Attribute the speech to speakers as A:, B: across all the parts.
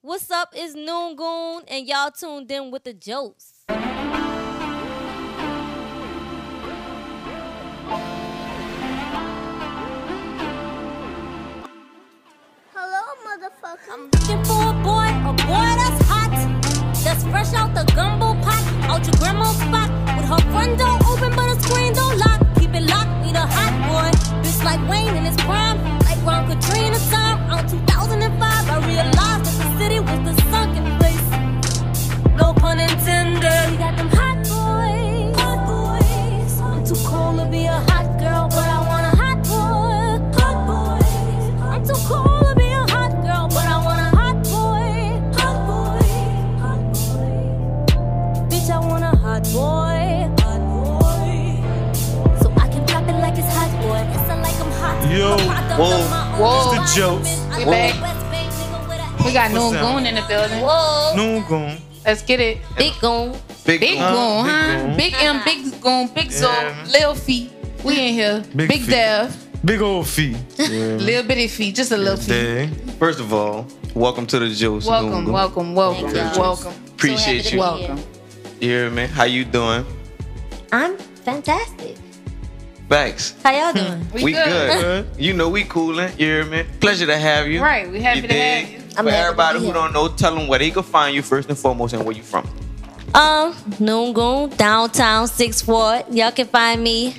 A: What's up? It's Noon Goon, and y'all tuned in with the jokes.
B: Hello, motherfucker.
A: I'm looking for a boy, a boy that's hot, that's fresh out the gumbo pot, out your grandma's spot. With her front door open, but her screen don't lock. Keep it locked, need a hot boy. Bitch like Wayne in his prime, like Ron Katrina time. Around 2005, I realized that the city was the sunken place. No pun intended. We got them hot boys. Hot boys. I'm too cold to be a hot girl, but I want a hot boy. Hot boys. I'm too cold to be a hot girl, but I want a hot boy. Hot boy. Hot boy. Bitch, I want a hot boy. Hot boy. So I can pop it like it's hot boy. It's not like I'm hot.
C: Yo.
D: Whoa. Whoa.
C: It's the jokes.
D: We back. We got
C: What's
D: Noon
C: up?
D: Goon in the building.
A: Whoa.
C: Noon goon.
D: Let's get it.
A: Big goon.
C: Goon.
D: Big, Goon,
C: Big
D: huh?
C: Goon.
D: Big M, Big Goon, Big Zo,
C: Yeah.
D: Lil Feet. We in here.
C: Big
D: Big,
C: feet.
D: Dev,
C: Big old feet.
D: Lil Bitty Feet, just a little feet.
C: Dang.
E: First of all, welcome to the Juice.
D: Welcome,
E: Lungu.
D: welcome, welcome,
A: Thank you.
D: welcome,
E: Appreciate
A: So
E: you.
A: happy to be
D: welcome.
E: You hear me? How you doing?
A: I'm fantastic.
E: Bax.
A: How y'all doing?
E: We, good. You know we coolin'. You hear me? Pleasure to have you.
D: Right, we happy
E: You
D: to have
E: dig?
D: you.
A: I'm happy
E: For
A: to
E: everybody
A: be
E: who
A: here.
E: don't know, tell them where they can find you first and foremost and where you from.
A: Um, Noongoon, downtown six four. Y'all can find me.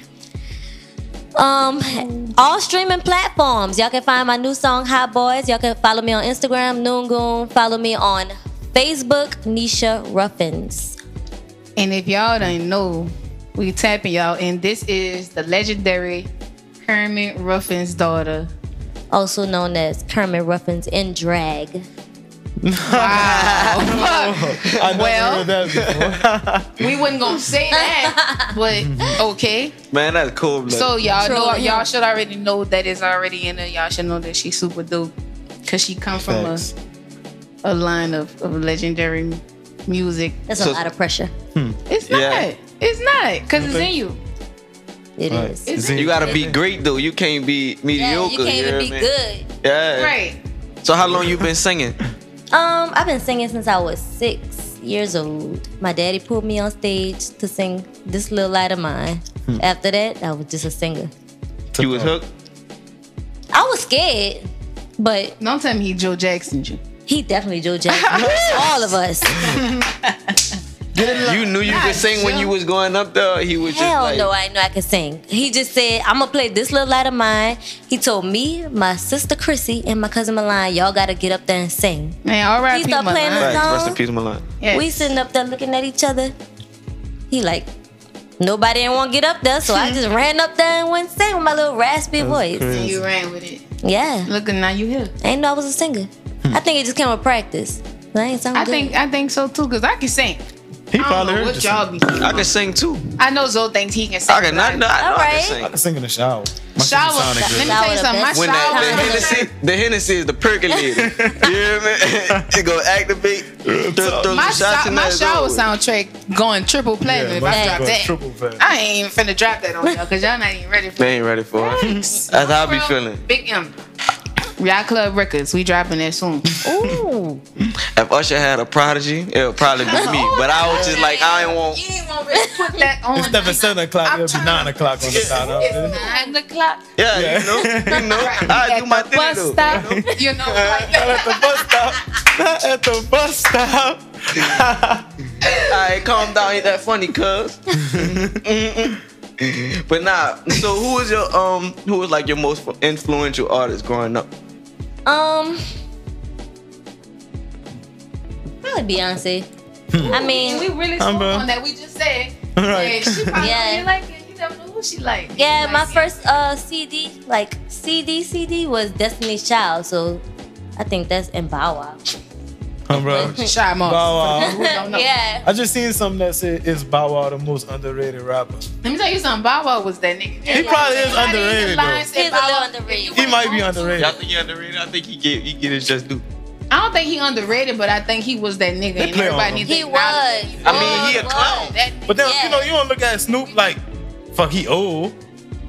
A: Um, all streaming platforms. Y'all can find my new song Hot Boys. Y'all can follow me on Instagram, Noongoon. Follow me on Facebook, Nisha Ruffins.
D: And if y'all don't know, we tapping y'all, and this is the legendary Kermit Ruffin's daughter.
A: Also known as Kermit Ruffins in drag.
D: Wow.
C: I never
D: Well.
C: heard that before.
D: Ah, we wasn't gonna say that, but okay.
E: Man, that's cool. blood.
D: So y'all
A: True.
D: know, y'all should already know that it's already in her. Y'all should know that she's super dope because she come from a,
C: Facts.
D: a line of, of legendary m- music.
A: That's a
E: So-
A: lot of pressure.
D: It's not.
E: Yeah.
D: It's not because it's
C: Okay.
D: in you.
A: It is.
C: Right.
D: It's
C: Zing.
E: you gotta be great though. You can't be
A: Yeah,
E: mediocre.
A: you can't even
E: hear
A: be
E: me?
A: good.
E: Yeah.
D: Right.
E: So how long you been singing?
A: Um, I've been singing since I was six years old. My daddy pulled me on stage to sing This Little Light of Mine.
E: Hmm.
A: After that, I was just a singer.
E: you was hooked.
A: I was scared, but
D: Don't tell me he Joe Jackson you.
A: he definitely Joe Jackson. All of us.
E: You knew you could sing when you was going up there. He was just
A: Hell
E: like,
A: no, I didn't know I could sing. He just said, I'm gonna play This Little Light of Mine. He told me, my sister Chrissy, and my cousin Milan, y'all gotta get up there and sing.
D: Man, all right,
A: Please stop playing
E: Facts. Rest
A: No.
E: in peace, Milan.
A: We sitting up there looking at each other. He like, nobody didn't want to get up there, so I just ran up there and went sing with my little raspy voice.
C: Crazy.
D: You ran with it.
A: Yeah,
D: Look, now you here.
A: I didn't know I was a singer. I think it just came with practice. I ain't sound
D: Hmm. I
A: good.
D: think I think so too because I can sing.
C: He
D: I don't
C: probably
D: know
C: heard
D: what
C: this.
D: y'all be.
E: I can sing too.
D: I know Zoe thinks he can sing.
E: I can
D: but
E: not know. I know I
A: Alright.
E: can sing.
C: I sing in the shower. My shit
D: Shower.
C: sounded
D: Let me
C: good.
D: tell you
A: Shower the
D: something. My
A: best
E: When that, the,
D: shower.
A: Shower.
E: Hennessy, the Hennessy is the percolator. you hear me? it go activate. Throw, throw
D: my,
E: some shots
D: so-
E: in
D: my
E: there,
D: shower
E: it's over.
D: soundtrack going triple platinum
C: Yeah,
D: if
C: my
D: I
C: shit
D: drop
C: was
D: that.
C: Triple fat.
D: I ain't even finna drop that on y'all because y'all not even ready for
E: They
D: it.
E: ain't ready for it.
D: That's
E: how I be feeling.
D: Big M. Y'all Club Records, we dropping that soon.
A: Ooh,
E: If Usher had a prodigy, it would probably be me. But I was just like, I ain't want.
D: You ain't want to put that on.
C: It's never seven o'clock.
D: I'm
C: It'll be
D: trying-
C: nine o'clock on the side.
D: It's
C: huh?
D: nine o'clock.
E: Yeah,
C: Yeah.
E: you know, you know.
D: At
E: I do my
D: the
E: thing
D: bus
E: though.
D: stop, you know, like
C: Not at the
D: that.
C: bus stop. Not at the bus stop.
E: Alright, calm down. Ain't that funny, cuz? Mm-mm. but nah. So who was your um? Who was like your most influential artist growing up?
A: um, probably Beyonce. I mean,
D: Hmm. We really
C: Um,
D: spoke
C: bro.
D: on that. We just said,
C: Right.
D: yeah, she probably
A: Yeah.
D: really like it. You never know who she like.
A: Yeah,
D: Like,
A: my first uh CD, like CD CD was Destiny's Child, so I think that's in Bow Wow.
C: Huh, bro.
D: Shy Moss.
C: Bow Wow.
D: Who don't know.
A: yeah.
C: I just seen something that said, "Is Bow Wow the most underrated rapper?"
D: Let me tell you something. Bow Wow was that nigga. He
C: probably is underrated, though.
A: He's a little underrated.
C: He might be underrated.
E: think he underrated? I think he get he get his just due.
D: I don't think he underrated, but I think he was that nigga,
C: They
D: and
C: play on
D: everybody
C: him.
D: needs to
A: He
D: acknowledge
A: was.
D: that he
E: I mean, he a
A: was.
E: clown.
D: That
C: But then you
A: Yeah.
C: know you don't look at Snoop like, fuck he old.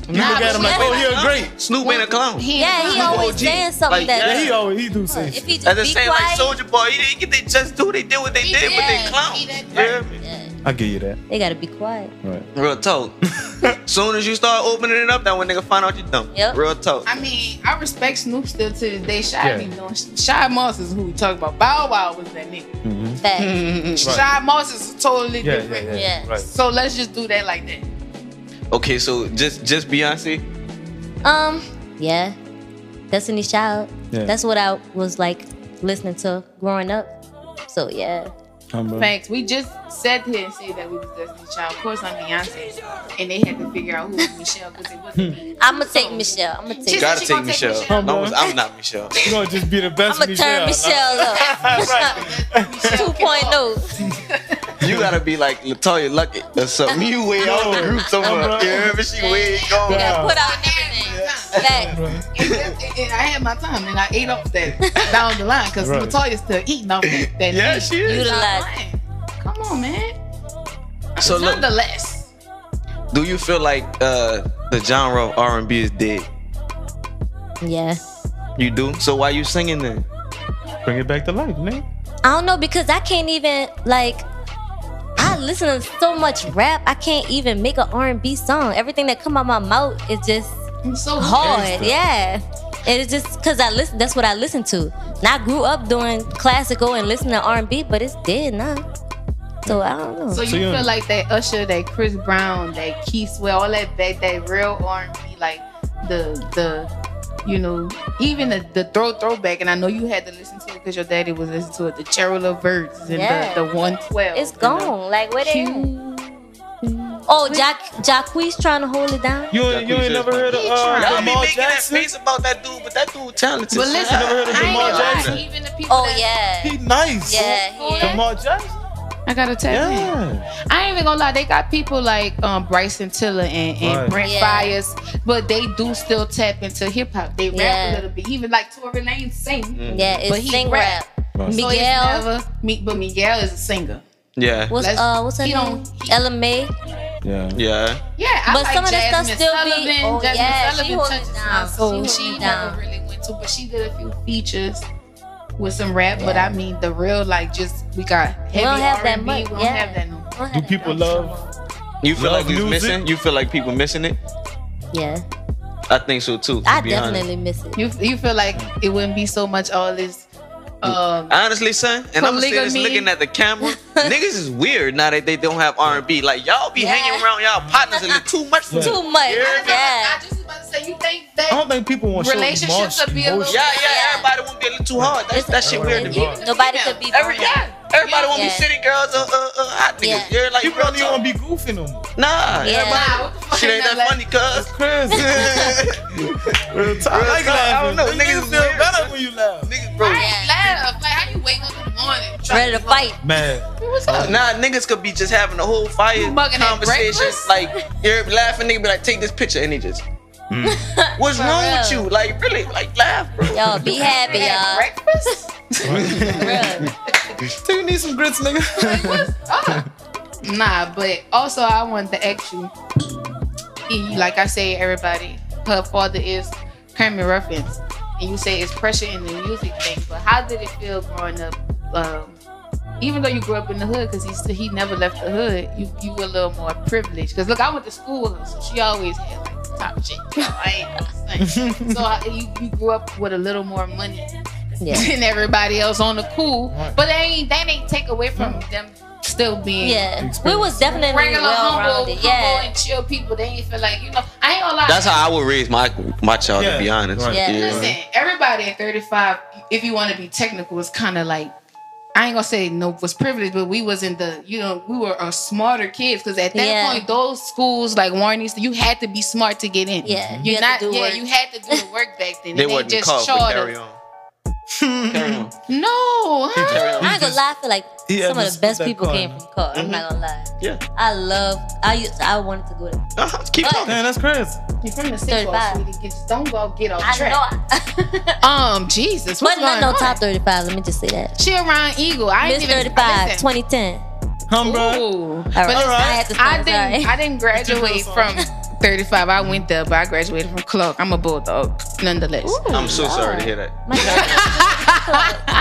C: You look at him like, oh, he a great.
E: Snoop ain't a clown.
D: He
A: Yeah, he
D: ain't-
A: always
E: OG.
A: saying something
E: Like,
A: that
E: yeah,
C: He always he do say
A: if
C: shit.
A: he just
E: As I
A: be
E: say, like
A: quiet,
E: Soldier Boy, he didn't get they just do. They did what they
D: He
E: did, but they
D: did.
E: clown.
D: He did.
C: I give you that.
A: they gotta be quiet.
C: Right.
E: Real talk. Soon as you start opening it up, that when nigga find out you dumb.
A: Yep.
E: Real talk.
D: I mean, I respect Snoop still to this day. Shy
C: Yeah.
D: be doing. Shy Moss is who we talk about. Bow Wow was that nigga.
C: Mm-hmm.
A: Fact.
D: Shy Moss is totally
C: Yeah, yeah,
D: different.
C: yeah,
A: Yeah.
C: Right.
D: So let's just do that like that.
E: Okay, so just just Beyonce.
A: Um, yeah. Destiny's Child.
C: Yeah.
A: That's what I was like listening to growing up. So yeah.
C: Humble.
D: Thanks. We just sat here and said that we was Destiny's Child. Of course, I'm Beyonce, and they had to figure out who was Michelle because it
C: Hmm.
D: wasn't me.
A: I'ma take Michelle. I'ma take
D: She's-
A: Michelle.
E: Gotta
D: she
E: take
D: gonna take
E: Michelle.
D: Michelle.
E: Long as I'm not Michelle.
C: You gonna just be the best.
A: I'ma turn Michelle up.
C: right.
A: 2.0.
E: You gotta be like Latoya Luckett or something. You way out the group somewhere.
C: Humble.
E: You hear me? She way
A: You
E: gone.
A: gotta put out everything. Fact.
C: Right.
D: and, that's- and I had my time, and I ate off that down the line because
C: Right.
D: Latoya's still eating off that. that
E: Yeah,
D: meat.
E: she is.
D: Stop
A: Utilize.
D: lying. Come on, man.
E: So look,
D: Nonetheless,
E: do you feel like uh, the genre of R&B is dead?
A: Yeah.
E: You do. So why you singing then?
C: Bring it back to life, man.
A: I don't know because I can't even like. I listen to so much rap. I can't even make an R&B song. Everything that come out my mouth is just
D: I'm so
A: hard. Yeah. And it's just because I listen. That's what I listen to. And I grew up doing classical and listening to R&B, but it's dead now. So I don't know.
D: So you
C: So you-
D: feel like that Usher, that Chris Brown, that Keith Sweat, all that that, that real R and B, like the the you know even the, the throw throwback. And I know you had to listen to it because your daddy was listening to it. The Cheryl Laverts and
A: Yeah.
D: the the one twelve.
A: it's gone. Like where they? at? Oh, Jack Jacquees trying to hold it down.
C: You ain't, you ain't never heard of uh,
E: Y'all be
C: Jamal
E: making that
C: Jackson?
E: face about that dude, but that dude talented.
D: But listen,
C: never heard of
D: I ain't
C: Jamal
D: gonna lie,
C: Jackson?
D: Even the people.
A: Oh
D: that-
A: yeah.
C: He nice.
A: Yeah. yeah.
C: Jamal Jackson.
D: I gotta tell you.
C: Yeah.
D: I ain't even gonna lie, they got people like um, Bryson Tiller and, and
C: Right.
D: Brent
A: Yeah.
D: Fires, but they do still tap into hip hop. They rap
A: Yeah.
D: a little bit, even like Tory Lane sing.
C: Mm.
A: Yeah, it's
D: But he
A: sing
D: rap.
A: rap.
D: So it's
A: Miguel.
D: never- Mi- but Miguel is a singer.
E: Yeah,
A: What's
D: Let's-
A: uh what's her
D: he
A: name?
D: don't- he-
A: Ella May.
C: Yeah.
E: yeah.
D: Yeah, I
A: But
D: like
A: some of the
D: Jasmine
A: stuff still be-
D: Sullivan.
A: oh,
D: Jasmine
A: yeah, she
D: Sullivan
A: hold it
D: touches my
A: down.
D: soul.
A: She
D: She,
A: hold it
D: never
A: down.
D: really went to, but she did a few features with some rap. But I mean, the real like just we got heavy
A: We don't have
D: R&B.
A: that much.
D: We don't
A: yeah.
D: have that no. more.
A: We don't have
C: Do
A: that
C: people
A: much.
C: love?
E: You feel
C: Love
E: like it's
C: music.
E: missing? You feel like people missing it?
A: Yeah.
E: I think so too. to
A: I
E: be honest.
A: definitely miss it.
D: You you feel like it wouldn't be so much all this. Um,
E: Honestly, son, and I'm still just
D: Polygamy.
E: looking at the camera. niggas is weird now that they don't have R and B. Like y'all be
A: Yeah.
E: hanging around y'all partners and it's too much for
C: Yeah.
E: you.
A: Too much. Yeah.
E: Yeah.
D: I just was about to say you think
C: I
D: that
C: don't think people want to show
D: Relationships
C: much
D: would be a little-
E: Yeah,
C: emotion.
E: yeah,
A: Yeah.
E: everybody won't be a little too hard. That's
A: It's-
E: that shit weird to me.
C: Everybody-
A: Nobody could be
E: Every
A: vulnerable.
E: yeah, everybody won't
A: Yeah.
E: be city girls or uh, uh, hot niggas.
A: Yeah.
E: You're like
C: You
E: real
C: probably
E: talk.
C: won't be goofing them.
E: Nah,
A: Yeah.
E: everybody.
D: Nah, what the fuck
E: shit ain't
D: is
E: that
D: that
E: funny, cuz.
C: Crazy. Real talk. I like
E: talk. I
C: laughing.
E: don't know.
C: It makes you
E: Niggas
C: feel
E: weird,
C: better
E: son.
C: when you laugh.
E: Niggas, bro.
A: Yeah.
D: laugh. Like how you wake up in the morning
A: Ready to fight.
C: Man,
D: What's up?
E: Nah, niggas could be just having a whole fire
D: You mugging at
E: conversation.
D: breakfast?
E: Like you're laughing, nigga be like, take this picture, and he just.
C: Mm.
E: What's
A: For
E: wrong with
A: real.
E: you? Like really, like laugh, bro.
A: Y'all be happy,
D: Had
A: y'all.
D: breakfast?
A: Real.
C: do you need some grits, nigga?
D: Nah, but also I wanted to ask you. he- Like I say, everybody, her father is Kermit Ruffins, and you say it's pressure in the music thing. But how did it feel growing up? Um, even though you grew up in the hood, because he still, he never left the hood, you you were a little more privileged. Because look, I went to school with her, so she always had like top shit. You know, I ain't no saint. so I, you you grew up with a little more money
A: Yeah.
D: than everybody else on the cool,
C: Right.
D: but they ain't they ain't take away from them still being
A: Yeah. We
C: Experience.
A: was definitely
D: regular
A: well
D: humble,
A: rounded.
D: humble
A: Yeah.
D: and chill people. They ain't feel like you know. I ain't gonna lie.
E: That's how I would raise my my child
C: Yeah.
E: to be honest.
C: Right.
A: Yeah.
D: Listen, everybody at 35, if you want to be technical, is kind of like I ain't gonna say no was privileged, but we was in the you know we were a smarter kids because at that
A: Yeah.
D: point those schools like Warren East, you had to be smart to get in.
A: Yeah, you
D: you're
A: had to
D: not.
A: do
D: yeah,
A: work.
D: you had to do the work back then.
E: They
D: and
E: wasn't
D: just
E: called, but
D: charred
E: carry
D: us.
E: on. carry on.
D: No, huh?
A: I ain't gonna lie, I feel like
C: He
A: some of the
C: understood
A: best
C: that
A: people
C: car.
A: came from car. I'm
D: Mm-hmm.
A: not gonna lie.
E: Yeah.
A: I love I used I wanted to go to
E: Uh-huh. Keep
A: But-
E: talking.
C: Man, that's crazy.
D: you're from
A: 35.
D: the 65. Just don't go get off
A: I
D: track.
A: know I,
D: Um, Jesus, what's
A: But not
D: going
A: no
D: on?
A: top 35, let me just say that.
D: She around Eagle. I ain't
A: Miss
D: even
A: 35,
D: listen.
A: 2010.
C: Humble.
D: Ooh.
A: All right.
D: But
A: I had to
D: I
A: stop,
D: didn't.
A: sorry.
D: I didn't graduate
C: Ridiculous
D: from
C: song.
D: 35. I went there, but I graduated from Clark. I'm a bulldog, nonetheless.
E: I'm so sorry to hear that.
A: My dad-
D: We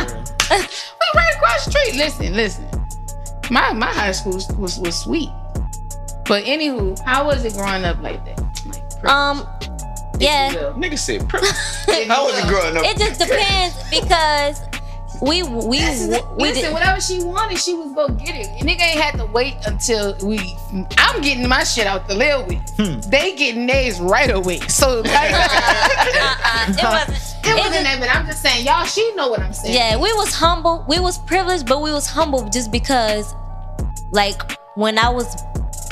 D: right across the street. Listen, listen. My my high school was was, was sweet. But anywho, how was it growing up like that? Like, pretty
A: um, yeah.
D: well.
E: Nigga said, "Pri- how was it growing up?
A: It just depends because we we we
D: Listen,
A: did,
D: whatever she wanted, she was gonna get it. Nigga ain't had to wait until we. I'm getting my shit out the live with. They getting theirs right away. So like,
A: uh-uh, it wasn't.
D: it
A: It
D: wasn't
A: just-
D: that, but I'm just saying, y'all. She know what I'm saying.
A: Yeah, we was humble. We was privileged, but we was humble just because, like, when I was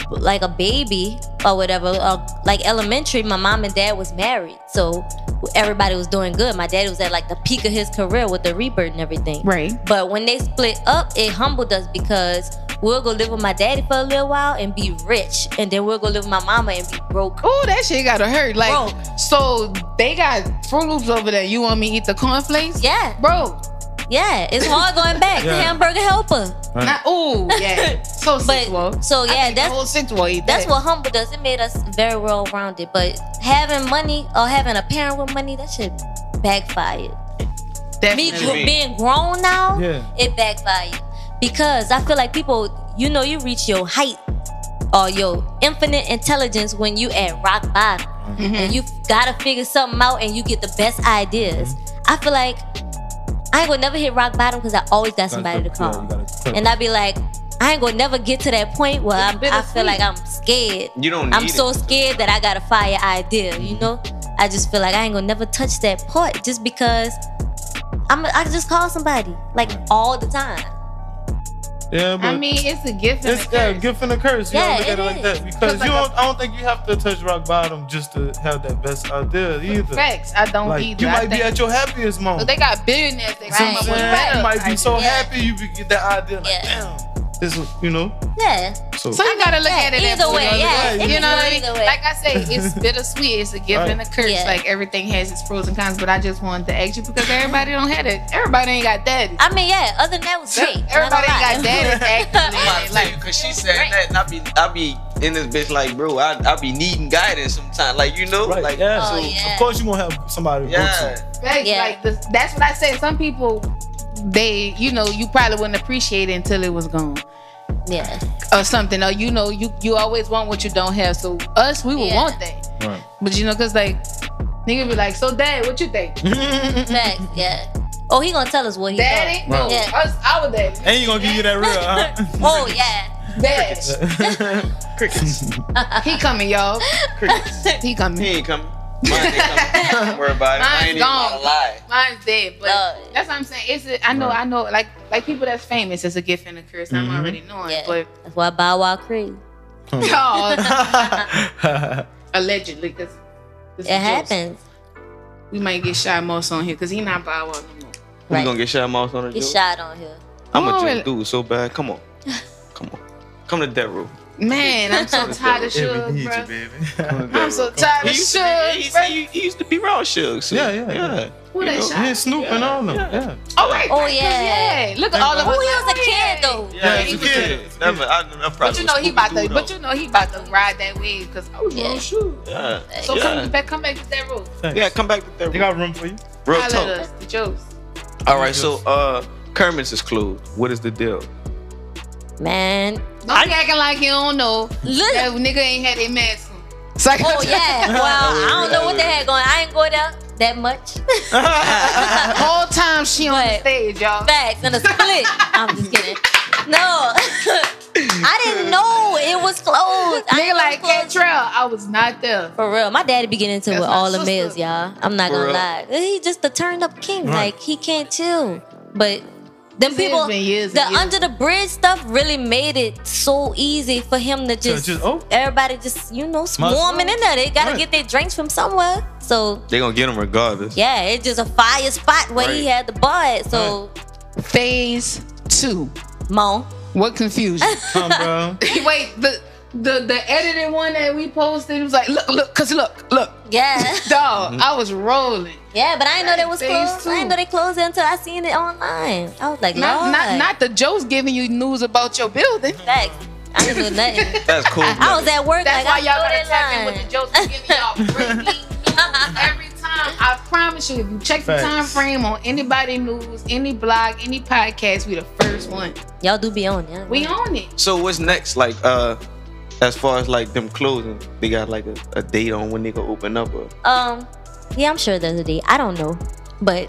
A: like a baby or whatever, uh, like elementary, my mom and dad was married, so everybody was doing good. My dad was at like the peak of his career with the rebirth and everything.
D: Right.
A: But when they split up, it humbled us because we'll go live with my daddy for a little while and be rich, and then we'll go live with my mama and be broke.
D: Oh, that shit gotta hurt. Like,
A: Bro.
D: so they got Fruit Loops over there. You want me to eat the cornflakes?
A: Yeah,
D: Bro,
A: yeah, it's hard going back.
C: Yeah.
A: The hamburger helper.
C: Right.
D: not ooh, yeah. So
A: But-
D: sexual.
A: so, yeah,
D: I think the
A: that's-
D: whole sexual. eat
A: That's
D: that.
A: what humbled us. It made us very well rounded. But having money or having a parent with money, that shit backfired. Me
D: Definitely.
A: gr-
E: mean?
A: being grown now,
C: Yeah.
A: it backfired because I feel like people, you know, you reach your height or your infinite intelligence when you at rock bottom,
D: Mm-hmm. Mm.
A: and you gotta figure something out, and you get the best ideas. I feel like I ain't gonna never hit rock bottom because I always got somebody to call and I'd be like, I ain't gonna never get to that point where I'm, I feel
D: bittersweet.
A: like I'm scared.
E: You don't
A: I'm
E: need
A: so
E: it.
A: scared that I got a fire idea. You know, I just feel like I ain't gonna never touch that part just because I'm. I just call somebody like all the time.
C: yeah, but
D: I mean, it's a gift. And
C: it's
D: a
C: yeah,
D: curse.
C: gift and a curse. You
A: Yeah,
C: don't look at it
A: it
C: like
A: is.
C: that because
D: 'Cause
C: you
D: like
C: don't. I don't think you have to touch rock bottom just to have that best idea either.
D: Facts. I don't
C: Like
D: either.
C: you
D: I
C: might be
D: think-
C: at your happiest
D: But
C: moment.
D: they got billionaires that
C: See what
D: come
C: I'm
D: up with
C: saying?
D: better
C: You might be so
A: ideas.
C: happy you be- get that idea. Like,
A: Yeah.
C: damn, this is you know.
A: Yeah,
C: So,
D: So you gotta look at it
A: Either
D: that
A: way,
C: yeah. It
D: You
A: can
D: know
A: go
D: what I mean?
A: either way.
D: Like I say, it's bittersweet. It's a gift
C: Right.
D: and a curse.
A: Yeah.
D: Like everything has its pros and cons. But I just wanted to ask you because everybody don't have it. Everybody ain't got that.
A: I mean, yeah. Other than that was great. not gonna
D: Everybody ain't got
A: lie.
D: that.
E: I'm
D: Exactly.
E: about to tell
D: like,
E: you, cause she said that, and I be, I be in this bitch like, bro, I, I be needing guidance sometimes, like you know,
C: right,
E: like,
C: yeah.
A: Oh,
C: so
A: yeah.
C: of course you won't have somebody to go
E: yeah.
C: to.
D: Right,
A: Yeah.
D: like the, that's what I said. Some people, they, you know, you probably wouldn't appreciate it until it was gone
A: Yeah,
D: or something. Or you know, you you always want what you don't have. So us, we would
A: Yeah.
D: want that.
C: Right.
D: But you know, cause like nigga be like, so dad, what you think?
A: facts. Yeah. Oh, he gonna tell us what he
D: Daddy,
C: Right.
D: no,
A: Yeah.
D: us, our dad,
C: And you gonna give you that real,
A: thought.
C: huh?
A: oh yeah.
D: dad,
E: Crickets.
D: he coming, y'all.
E: Crickets.
D: He
E: He
D: coming.
E: ain't coming. Mine ain't coming. Don't worry about it. I
D: Mine's
E: ain't even gonna
D: gone.
E: lie.
D: Mine's dead, but
A: Lord.
D: that's what I'm saying. It's a, I know, I know, like like people that's famous, it's a gift and a curse.
E: Mm-hmm.
D: I'm already knowing,
A: Yeah.
D: but
A: That's why Bow Wow crazy.
D: oh, allegedly, cause this
A: It
D: is jokes.
A: happens.
D: We might get Shy Moss on here because he not Bow Wow no more.
E: We
A: Right.
E: gonna get shot mouse on the
A: Get
E: joke?
A: shot on here.
E: I'm
D: Come on,
E: a
D: really.
E: joke dude so bad. Come on, come on, come to death row.
D: Man, I'm so tired of
C: Yeah,
D: Suge,
C: we need you,
D: bro.
C: baby.
D: I'm so tired of
E: He used, to be, he,
D: Suge,
E: used to,
D: bro.
E: he, he used to be raw shug. So,
C: Yeah, yeah, yeah.
D: Who
E: you
D: that
E: know.
D: shot?
C: yeah, Snoop and all them. Yeah.
D: Oh, right,
A: Oh,
D: right, 'cause
A: yeah.
D: yeah. Look at all of
A: Who
D: us.
A: he was a
D: Oh,
A: kid
D: yeah.
A: though.
E: Yeah,
C: Yeah,
E: he
C: it's
E: was
C: a
E: a
C: kid.
E: kid. That was- I, I probably
D: But you know
E: was
D: he about to,
E: Scooby-Doo,
D: but
E: though.
D: you know he about to ride that wave because oh yeah.
A: Yeah.
D: shoot.
E: yeah,
D: So
E: yeah.
D: come back, come back to that room.
C: Thanks.
E: yeah, come back to
C: They
E: death row.
C: got room for you.
E: Real
D: Holla at
E: talk.
D: us, the jokes.
E: All right, so uh, Kermit's is closed. What is the deal?
A: Man.
D: Don't be acting like you don't know.
A: Look.
D: That nigga ain't had a mask. on.
A: Oh yeah. Well, I don't know what they had going. I ain't go there that much.
D: The whole time she on the
A: But-
D: stage, y'all.
A: Facts and a split. I'm just kidding. No, I didn't know it was closed. I
D: Nigga
A: didn't know
D: like
A: it was
D: Cat
A: closed.
D: Trail, I was not there.
A: For real, my daddy be getting into it
D: That's
A: with
D: my
A: all the
D: sister.
A: males, y'all. I'm not
E: For
A: gonna
E: real.
A: lie. He just a turned up king.
C: Right.
A: Like he can't chill. But them
D: It's
A: people,
D: been years
A: the
D: and years.
A: under the bridge stuff really made it so easy for him to just,
C: just- oh.
A: everybody just you know swarming in there. They gotta
C: Right.
A: get their drinks from somewhere. So
E: They gonna get him regardless.
A: yeah, it's just a fire spot where he
E: Right.
A: had the bar. At. So
D: Phase two.
A: Mo,
D: What confusion?
C: Come, bro.
D: Wait, the the the edited one that we posted it was like, look, look, cause look, look,
A: yeah.
D: dog, I was rolling.
A: Yeah, but I didn't know they was
D: Phase
A: closed.
D: two.
A: I didn't know they closed it until I seen it online. I was like,
D: Not,
A: Lord.
D: not not the Joe's giving you news about your building.
A: Facts. I I didn't do nothing.
E: That's cool.
A: I was at work.
D: That's
A: like, I
D: why y'all gotta
A: throw
D: tap
A: that
D: in with
A: line.
D: the jokes to give y'all great memes every time. I promise you, if you check the
C: Facts.
D: time frame on anybody news, any blog, any podcast, we the first one.
A: Y'all do be on. Yeah.
D: We own it.
E: So what's next? Like uh as far as like them closing, they got like a, a date on when they gonna open up or
A: Um, yeah, I'm sure there's a date. I don't know, but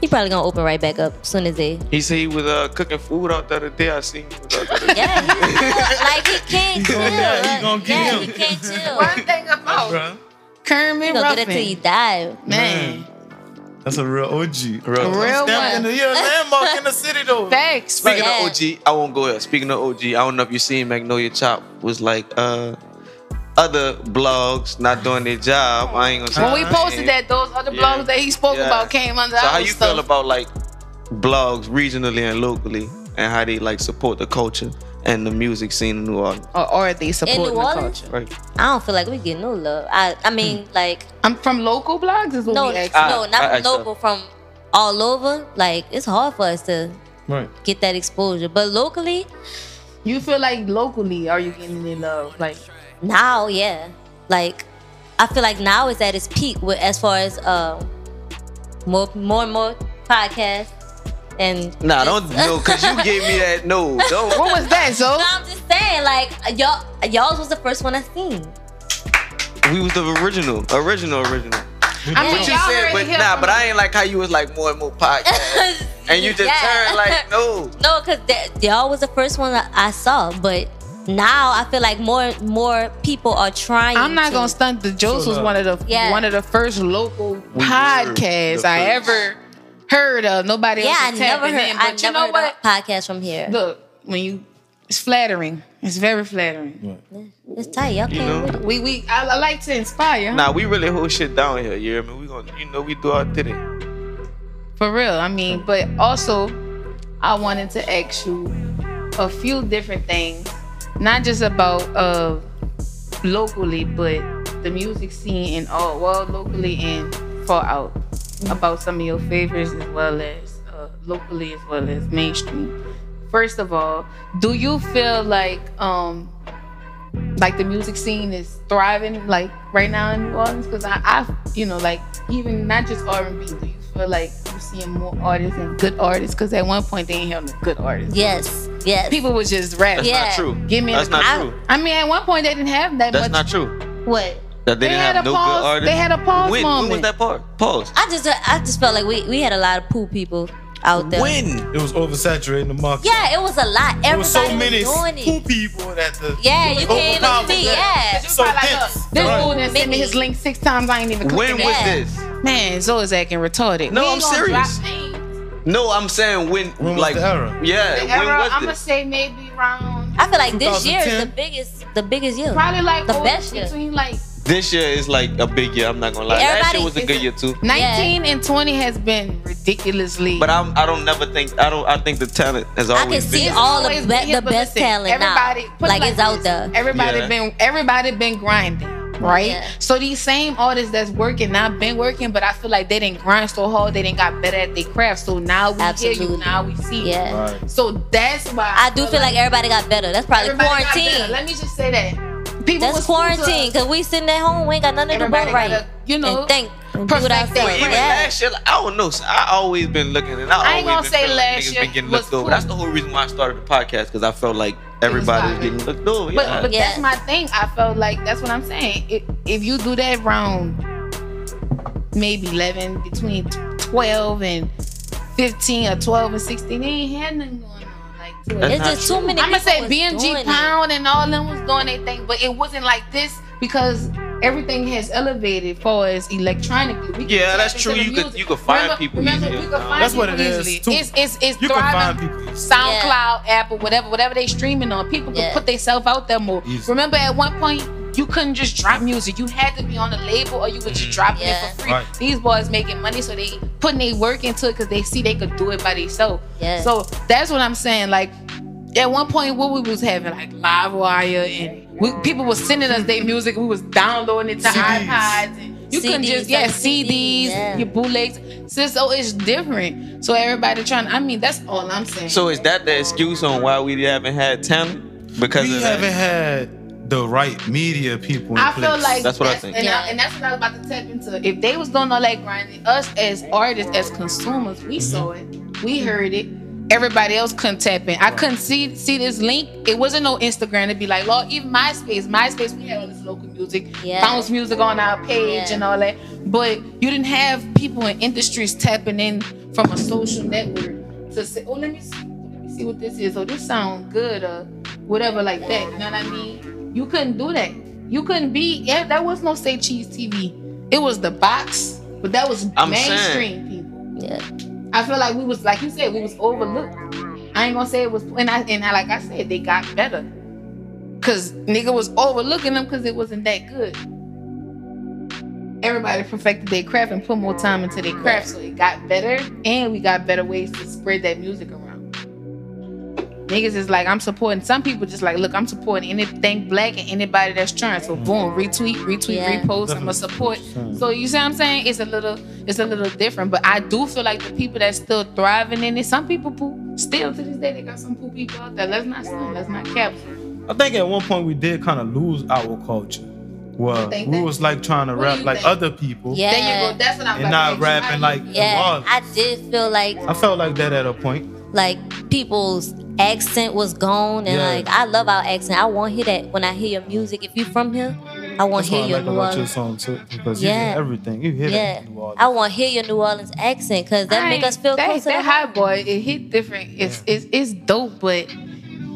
A: he probably gonna open right back up soon as they.
E: he said he was uh cooking food out the other day. I seen him out the other day.
A: Yeah, he cook. like he can't chill.
C: Yeah, he gonna get
A: yeah,
C: him.
A: he can't chill.
D: One thing about
C: Bruh,
A: He
D: Kermit
A: gonna get it till he
D: Ruffin,
A: die.
D: man.
C: That's a real OG. Real,
D: real
C: Stamped
D: one.
C: in the yeah, landmark in the city though.
D: Facts.
E: Speaking
A: Yeah.
E: of OG, I won't go there. Speaking of OG, I don't know if you seen Magnolia Chop was like uh other blogs not doing their job. I ain't gonna say
D: When we
E: their name.
D: posted that, those other
E: Yeah.
D: blogs that he spoke
E: Yeah.
D: about came under
E: So
D: our
E: how you
D: stuff.
E: feel about like blogs regionally and locally and how they like support the culture and the music scene in New Orleans?
D: or, or they
A: New
D: support the
A: Orleans?
D: culture.
E: Right.
A: I don't feel like we get no love. I, I mean, like
D: I'm from local blogs is what
A: no,
D: we asked.
E: Ah,
A: no,
E: I
A: not from
E: asked
A: local, from all over. Like it's hard for us to
C: Right.
A: get that exposure, but locally
D: you feel like locally are you getting any love? Like
A: now, yeah, like I feel like now is at its peak with as far as uh, more, more and more podcasts and
E: Nah, don't no, cause you gave me that no. Don't
D: what was that, Zo?
A: No, I'm just saying, like y'all, y'all was the first one I seen.
E: we was the original, original, original.
D: I mean,
E: But you
D: y'all
E: said,
D: already
E: but
D: hear
E: nah,
D: from
E: but I ain't like how you was like more and more podcast, and you just
A: Yeah.
E: turned like no.
A: No, because y'all was the first one that I saw, but now I feel like more more people are trying.
D: I'm not
A: to-
D: gonna stunt. The Jokes
C: So
D: was
C: loud.
D: one of the
A: Yeah.
D: one of the first local
E: were
D: podcasts
E: the
D: I
E: first.
D: ever heard of. Nobody
A: Yeah, I
D: else was
A: never
D: tapping
A: heard.
D: in.
A: I
D: But you
A: never
D: know
A: heard
D: what?
A: a podcast from here.
D: Look, when you, it's flattering. It's very flattering.
A: It's tight. Y'all
E: You
A: came
E: know?
A: with it.
D: We we I, I like to inspire. huh?
E: Nah, we really hold shit down here. You hear me? We gonna, you know, we do our thing.
D: For real. I mean, but also, I wanted to ask you a few different things, not just about uh locally, but the music scene and all. Well, locally and far out about some of your favorites as well as uh, locally as well as mainstream. First of all, do you feel like um like the music scene is thriving like right now in New Orleans? Because I, I, you know, like even not just R and B. Do you feel like you're seeing more artists and good artists? Because at one point they ain't have no good artists.
A: Yes, yes.
D: People was just rapping.
E: That's
A: Yeah.
E: not true.
D: Give me
E: That's
D: a-
E: not
A: I-
E: true.
D: I mean, at one point they didn't have that
E: That's
D: much.
E: not true.
A: what?
E: That they,
D: They
E: didn't
D: had
E: have
D: a
E: no
D: pause-
E: good artists.
D: they had a pause
E: when, When was
D: moment.
E: that pause? Pause.
A: I just I just felt like we we had a lot of poo people out there.
E: When?
C: It was oversaturating the market.
A: Yeah, it was a lot. Everybody
C: There were
A: was,
C: so many
A: doing
C: cool
A: it.
C: people that the
A: Yeah, you
C: it was
A: can't even
C: overpowered,
A: see. Yeah.
D: You
C: So
D: probably like,
C: dense.
D: "Look, This
C: Right.
D: fool done sent me his link six times. I ain't even
E: When
D: clicking
E: was
A: Yeah.
E: this?
D: it. Man, Zoe's acting retarded.
E: No,
D: We
E: I'm
D: ain't gonna
E: serious.
D: drop names.
E: No, I'm saying when,
C: When was
E: like
C: the era?
E: Yeah,
D: The
E: when
D: era,
E: was
D: I'm gonna
E: this?
D: say maybe around
A: I feel like this year is the
C: 2010?
A: biggest the biggest year.
D: probably like
A: The
D: oh,
A: best year.
D: between like
E: This year is like a big year. I'm not gonna lie. Last
A: Everybody-
E: year was a good year too.
D: 19 and 20 has been ridiculously.
E: But I'm, I don't never think. I don't. I think the talent has
A: I
E: always
A: can see
E: been.
D: It's
A: all the
D: always
A: be-
D: been here,
A: the
D: but
A: best
D: listen,
A: talent now.
D: put it
A: Like, it's out
D: this.
A: there.
D: Everybody
E: Yeah.
D: been everybody been grinding, right?
A: Yeah.
D: So these same artists that's working, not been working, but I feel like they didn't grind so hard, they didn't got better at their craft. So now we hear
A: Absolutely.
D: you, now we see you.
A: Yeah.
C: Right.
D: So that's why
A: I do feel like everybody got better. That's probably
D: everybody got better.
A: quarantine.
D: Let me just say that people
A: That's
D: was cool to
A: quarantine.
D: us.
A: Cause we sitting at home, we ain't got nothing to do
D: Everybody
A: right.
D: gotta, you know,
A: and think and do what I
D: perfect their
A: said.
E: Even
A: Yeah.
E: last year, like, I don't know. So I always been looking, and I,
D: I
E: always
D: ain't gonna
E: been
D: say
E: feeling
D: last
E: niggas
D: year
E: been getting
D: was
E: looked over. That's
D: cool.
E: the whole reason why I started the podcast because I felt like everybody was
D: vibing.
E: getting looked over.
D: But,
E: Oh, Yeah.
D: but
A: Yeah.
D: that's my thing. I felt like that's what I'm saying. If, if you do that round, maybe 11, between 12 and 15 or 12 and 16, they ain't had nothing going on. Like, to
E: That's
A: It's
E: not
A: just too
E: true.
A: many.
D: I'm gonna
A: people
D: say
A: was doing
D: BMG
A: it.
D: Pound and all them was doing their thing, but it wasn't like this because everything has elevated far as electronically. We can
E: Yeah, that's
D: tap
E: true.
D: into the
E: You could-
D: music.
E: you could find
D: Remember-
E: people
D: remember,
E: easier
D: we could
E: now.
D: find
C: That's what
D: people
C: it is,
D: easily.
C: too.
D: It's it's it's
C: You can find
D: thriving.
C: people.
D: SoundCloud, Apple, whatever, whatever they streaming on, people
A: Yeah.
D: can put themselves out there more.
C: Easy.
D: Remember, at one point, you couldn't just drop music; you had to be on a label, or you were just dropping
A: Yeah.
D: it for free.
C: Mm-hmm. Right.
D: These boys making money, so they putting their work into it because they see they could do it by themselves.
A: Yeah.
D: So that's what I'm saying. Like at one point, what we was having like LiveWire, and we, people was sending us their music. We was downloading it to
C: CDs.
D: iPods. And you couldn't
A: CDs,
D: just yeah
A: like
D: CDs,
A: CDs, yeah.
D: your bootlegs. So, so it's different. So everybody trying. I mean, that's all I'm saying.
E: so is that the excuse on why we haven't had talent? because
C: we
E: of
C: haven't
E: that.
C: had the right media people. In
D: I
C: place.
D: feel like
E: That's what I think.
D: And,
A: Yeah.
D: and that's what I was about to tap into. If they was doing all that grinding, us as artists, as consumers, we saw it, we heard it. Everybody else couldn't tap in. I couldn't see see this link. It wasn't no Instagram to be like, Lord, even MySpace. MySpace, we had all this local music,
A: Yeah.
D: bounce music on our page
A: Yeah.
D: and all that. But you didn't have people in industries tapping in from a social network to say, oh, let me see, let me see what this is. Oh, this sounds good. Or whatever like that. You know what I mean? You couldn't do that. You couldn't be. Yeah, that was no say cheese TV. It was the box, but that was
E: I'm
D: mainstream people.
A: Yeah.
D: I feel like we was like you said, we was overlooked. I ain't gonna say it was, and I and I like I said, they got better. Cause nigga was overlooking them because it wasn't that good. Everybody perfected their craft and put more time into their craft, so it got better, and we got better ways to spread that music around. Niggas is like, I'm supporting. Some people just like, look, I'm supporting anything black and anybody that's trying. So boom, retweet, retweet,
A: Yeah.
D: repost. I'm a support. So you see what I'm saying? It's a little, it's a little different. But I do feel like the people that's still thriving in it, some people poo still to this day they got some poo people out there. Let's not stop, let's not cap.
C: I think at one point we did kind of lose our culture. Well,
D: You
C: we
D: think that?
C: was like trying to
D: What do
C: rap
D: you
C: like
D: think?
C: other people
A: Yeah.
D: There you go. That's what I'm
C: and not
D: about to mention.
C: rapping like
A: Yeah,
C: the
A: I
C: Waz.
A: did feel like
C: I felt like that at a point.
A: like people's accent was gone, and
C: Yeah.
A: like I love our accent. I want to hear that when I hear your music. If you from here, I want
C: That's
A: to
C: what
A: hear
C: I
A: your
C: like
A: New
C: about your
A: Orleans.
C: song too, because you
A: Yeah.
C: hear everything. You hear
A: Yeah,
C: that in New Orleans.
A: I want to hear your New Orleans accent because that make
D: Right.
A: us feel
D: that,
A: closer. to
D: That
A: home.
D: hot boy, it hit different. It's it's it's dope, but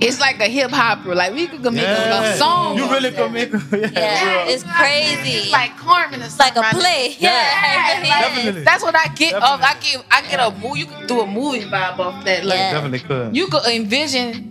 D: it's like a hip hopper. Like we could go make a,
C: Yeah.
D: a song.
C: You really
D: off
C: could make.
D: that.
C: A, yeah.
A: Yeah,
C: yeah.
A: it's crazy.
D: It's like Carmen. or
A: It's like a
D: something.
A: play.
C: Yeah.
A: Yeah,
D: Yeah, like,
C: Definitely.
D: that's what I get. Of I
C: Definitely.
D: get I get a movie. You could do a movie vibe off that. Like
A: Yeah.
C: Definitely could.
D: you could envision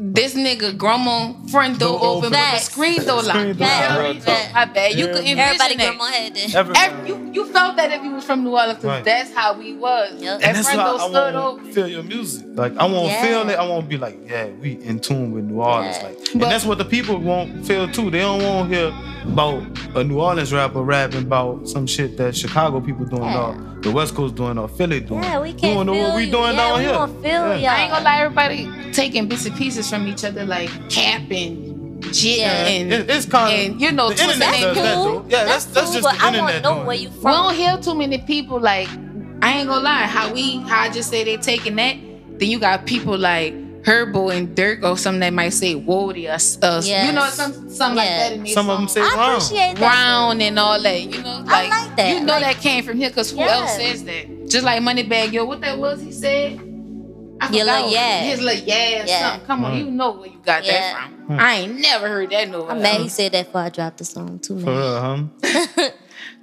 D: this nigga grandma front
C: Door
D: door open,
C: open.
D: but the
A: Facts.
D: screen door
C: Screen
D: locked.
C: door
A: Yeah.
E: locked.
A: Yeah.
D: My bad. You could envision
A: Everybody
D: that.
A: grandma had that.
C: Everybody.
D: Every- you, you felt that if you was from New Orleans, 'cause
C: Right.
D: that's how we was.
A: Yup.
D: That
C: and that's
D: front
C: why
D: door stood
C: I
D: open.
C: won't feel your music. Like I won't
A: Yeah.
C: feel it. I won't be like, yeah, we in tune with New Orleans.
A: Yeah.
C: Like, and
D: But-
C: that's what the people won't feel too. They don't want to hear about a New Orleans rapper rapping about some shit that Chicago people doing,
A: Yeah.
C: or the West Coast doing, or Philly doing.
A: Yeah, we can't
C: doing
A: feel
C: what we
A: you.
C: doing
A: yeah,
C: down
A: we
C: here.
A: gonna feel
C: Yeah.
A: y'all.
D: I ain't gonna lie, everybody taking bits and pieces from each other, like cap and jit
A: Yeah.
D: and
C: It- it's kind of
D: and, you know,
C: the internet
D: twisting
A: That's
D: and
C: does that,
A: cool.
C: though. Yeah, that's- that's
A: cool,
C: just
A: but
C: the
A: I wanna
C: internet
A: know
C: doing
A: where
C: it.
A: you
D: we don't
A: from.
D: hear too many people like I ain't gonna lie, how we how I just say they taking that, then you got people like Herbo and Dirk or something that might say Wody us us. uh, You
A: Yes.
D: know, some something like
A: Yeah.
D: that in their
C: Some of them
D: songs.
C: say
A: I
C: wrong.
A: appreciate that.
D: round and all that. You know,
A: I
D: like,
A: like that.
D: You know
A: Like-
D: that came from here because who
A: Yeah.
D: else says that? Just like Moneybag, yo, what that was he said? I
A: Your
D: forgot
A: lil'
D: what-
A: yeah.
D: His little yeah,
A: Yeah.
D: something. Come on,
C: Mm.
D: you know where you got
A: Yeah.
D: that from. I ain't never heard that nowhere.
A: I'm
D: else.
A: mad he said that before I dropped the song too,
C: For
A: man.
C: real, huh?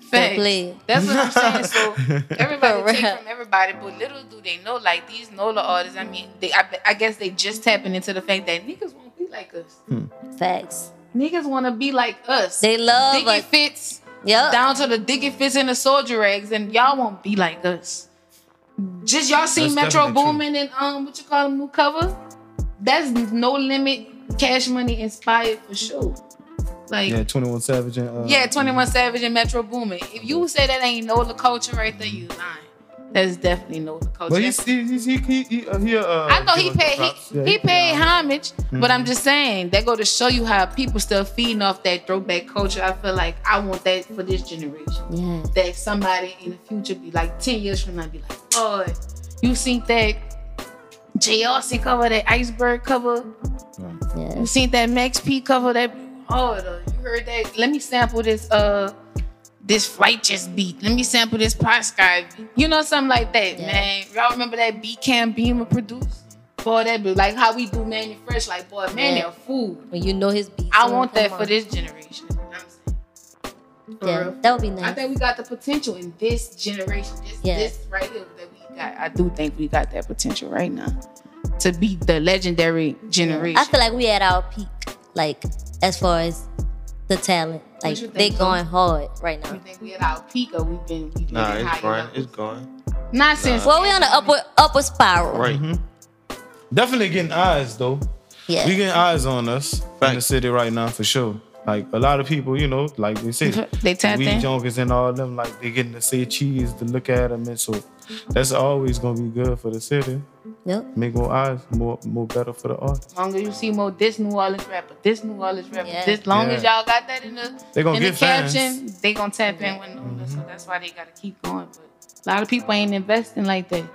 D: Facts.
A: Please.
D: That's what I'm saying. So
A: For
D: everybody
A: real.
D: take from everybody, but little do they know, like these Nola artists. I mean, they I, I guess they just tapping into the fact that niggas won't be like us.
A: Facts.
D: Niggas want to be like us.
A: They love
D: Diggy
A: us.
D: fits
A: Yep.
D: down to the diggy fits and the soldier eggs, and y'all won't be like us. Just y'all seen
C: That's
D: Metro
C: definitely true.
D: Boomin and um, what you call them, new cover? That's no limit, Cash Money inspired for sure. Like
C: Yeah, Twenty One Savage and uh,
D: yeah, 21 Savage and Metro Boomin. If you say that ain't Nola culture right there, you lying. That's definitely Nola culture.
C: But he's, he's, he he he uh, he. Uh,
D: I know he
C: give us the
D: paid
C: props.
D: he,
C: Yeah,
D: he paid
C: homage. Mm-hmm.
D: homage, but I'm just saying that go to show you how people still feeding off that throwback culture. I feel like I want that for this generation.
A: Yeah.
D: That somebody in the future be like 10 years from now be like, oh, you seen that JRC cover, that iceberg cover, you
A: Yes.
D: seen that Max P cover that oh the- you heard that let me sample this uh this righteous beat. Let me sample this Pascal beat. You know something like that,
A: Yeah.
D: man. Y'all remember that beat Cam Beamer produced? Boy, that be like how we do Manny Fresh, like boy, man,
A: Yeah.
D: a fool.
A: When you know his beats.
D: I
A: on,
D: want that
A: come
D: for
A: on.
D: this generation. you know what I'm saying? For
A: Yeah,
D: real.
A: that would be
D: I
A: nice.
D: think we got the potential in this generation. This,
A: Yeah.
D: this right here that we got. I do think we got that potential right now to be the legendary generation.
A: I feel like we at our peak, like as far as the talent. Like
D: What you think,
A: they
D: Zoe?
A: going hard right
D: You
A: now.
D: think we at our peak or we've been we've been
E: Nah,
D: at
E: it's
D: higher
E: gone.
D: levels?
E: It's gone.
D: not since
A: Well, we on the upward upward spiral.
E: Right.
C: Mm-hmm. Definitely getting eyes though.
A: Yeah.
C: We getting eyes on us in the
E: Facts.
C: city right now for sure. Like a lot of people, you know, like they say,
D: They tapped
C: we
D: in.
C: jonkers and all them, like they getting to say cheese to look at them, and so that's always gonna be good for the city.
A: Yep.
C: Make more eyes, more more better for the artist.
D: Longer you see more this New Orleans rapper, this New Orleans rapper,
A: Yeah.
D: this long as
C: Yeah.
D: y'all got that in the
C: They gonna
D: in
C: get
D: the
C: fans. Mm-hmm.
D: caption, they gonna tap in with them. So that's why they gotta keep going. But a lot of people ain't investing like that.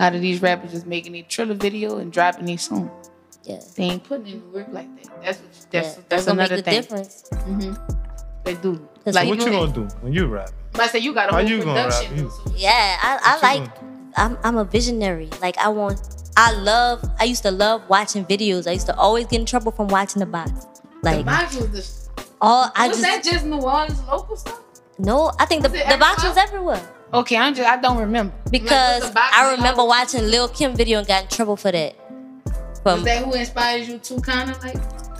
D: A lot of these rappers just making a triller video and dropping their song.
A: Yeah.
D: They ain't putting in the work like that. That's what, that's
A: yeah.
D: that's
A: gonna
D: another
A: make the
D: thing.
A: difference.
D: They do.
A: That's
D: Like
A: what
C: what you
D: know,
C: gonna do when you rap?
D: I said you got a
C: How
D: whole
C: you gonna rap?
D: production.
C: You-
D: so-
A: Yeah, I, I
C: What you
A: like. I'm I'm a visionary. Like I want. I love. I used to love watching videos. I used to always get in trouble from watching the box. Like
D: Mine was the-
A: all I
D: was
A: just
D: that just New Orleans local stuff?
A: no. I think the
D: Was it
A: the box
D: everywhere?
A: was everywhere
D: Okay, I'm just I don't remember Like, was
A: because
D: the box
A: I
D: local?
A: remember watching Lil Kim video and got in trouble for that. From
D: Is that who inspires you to kind of like?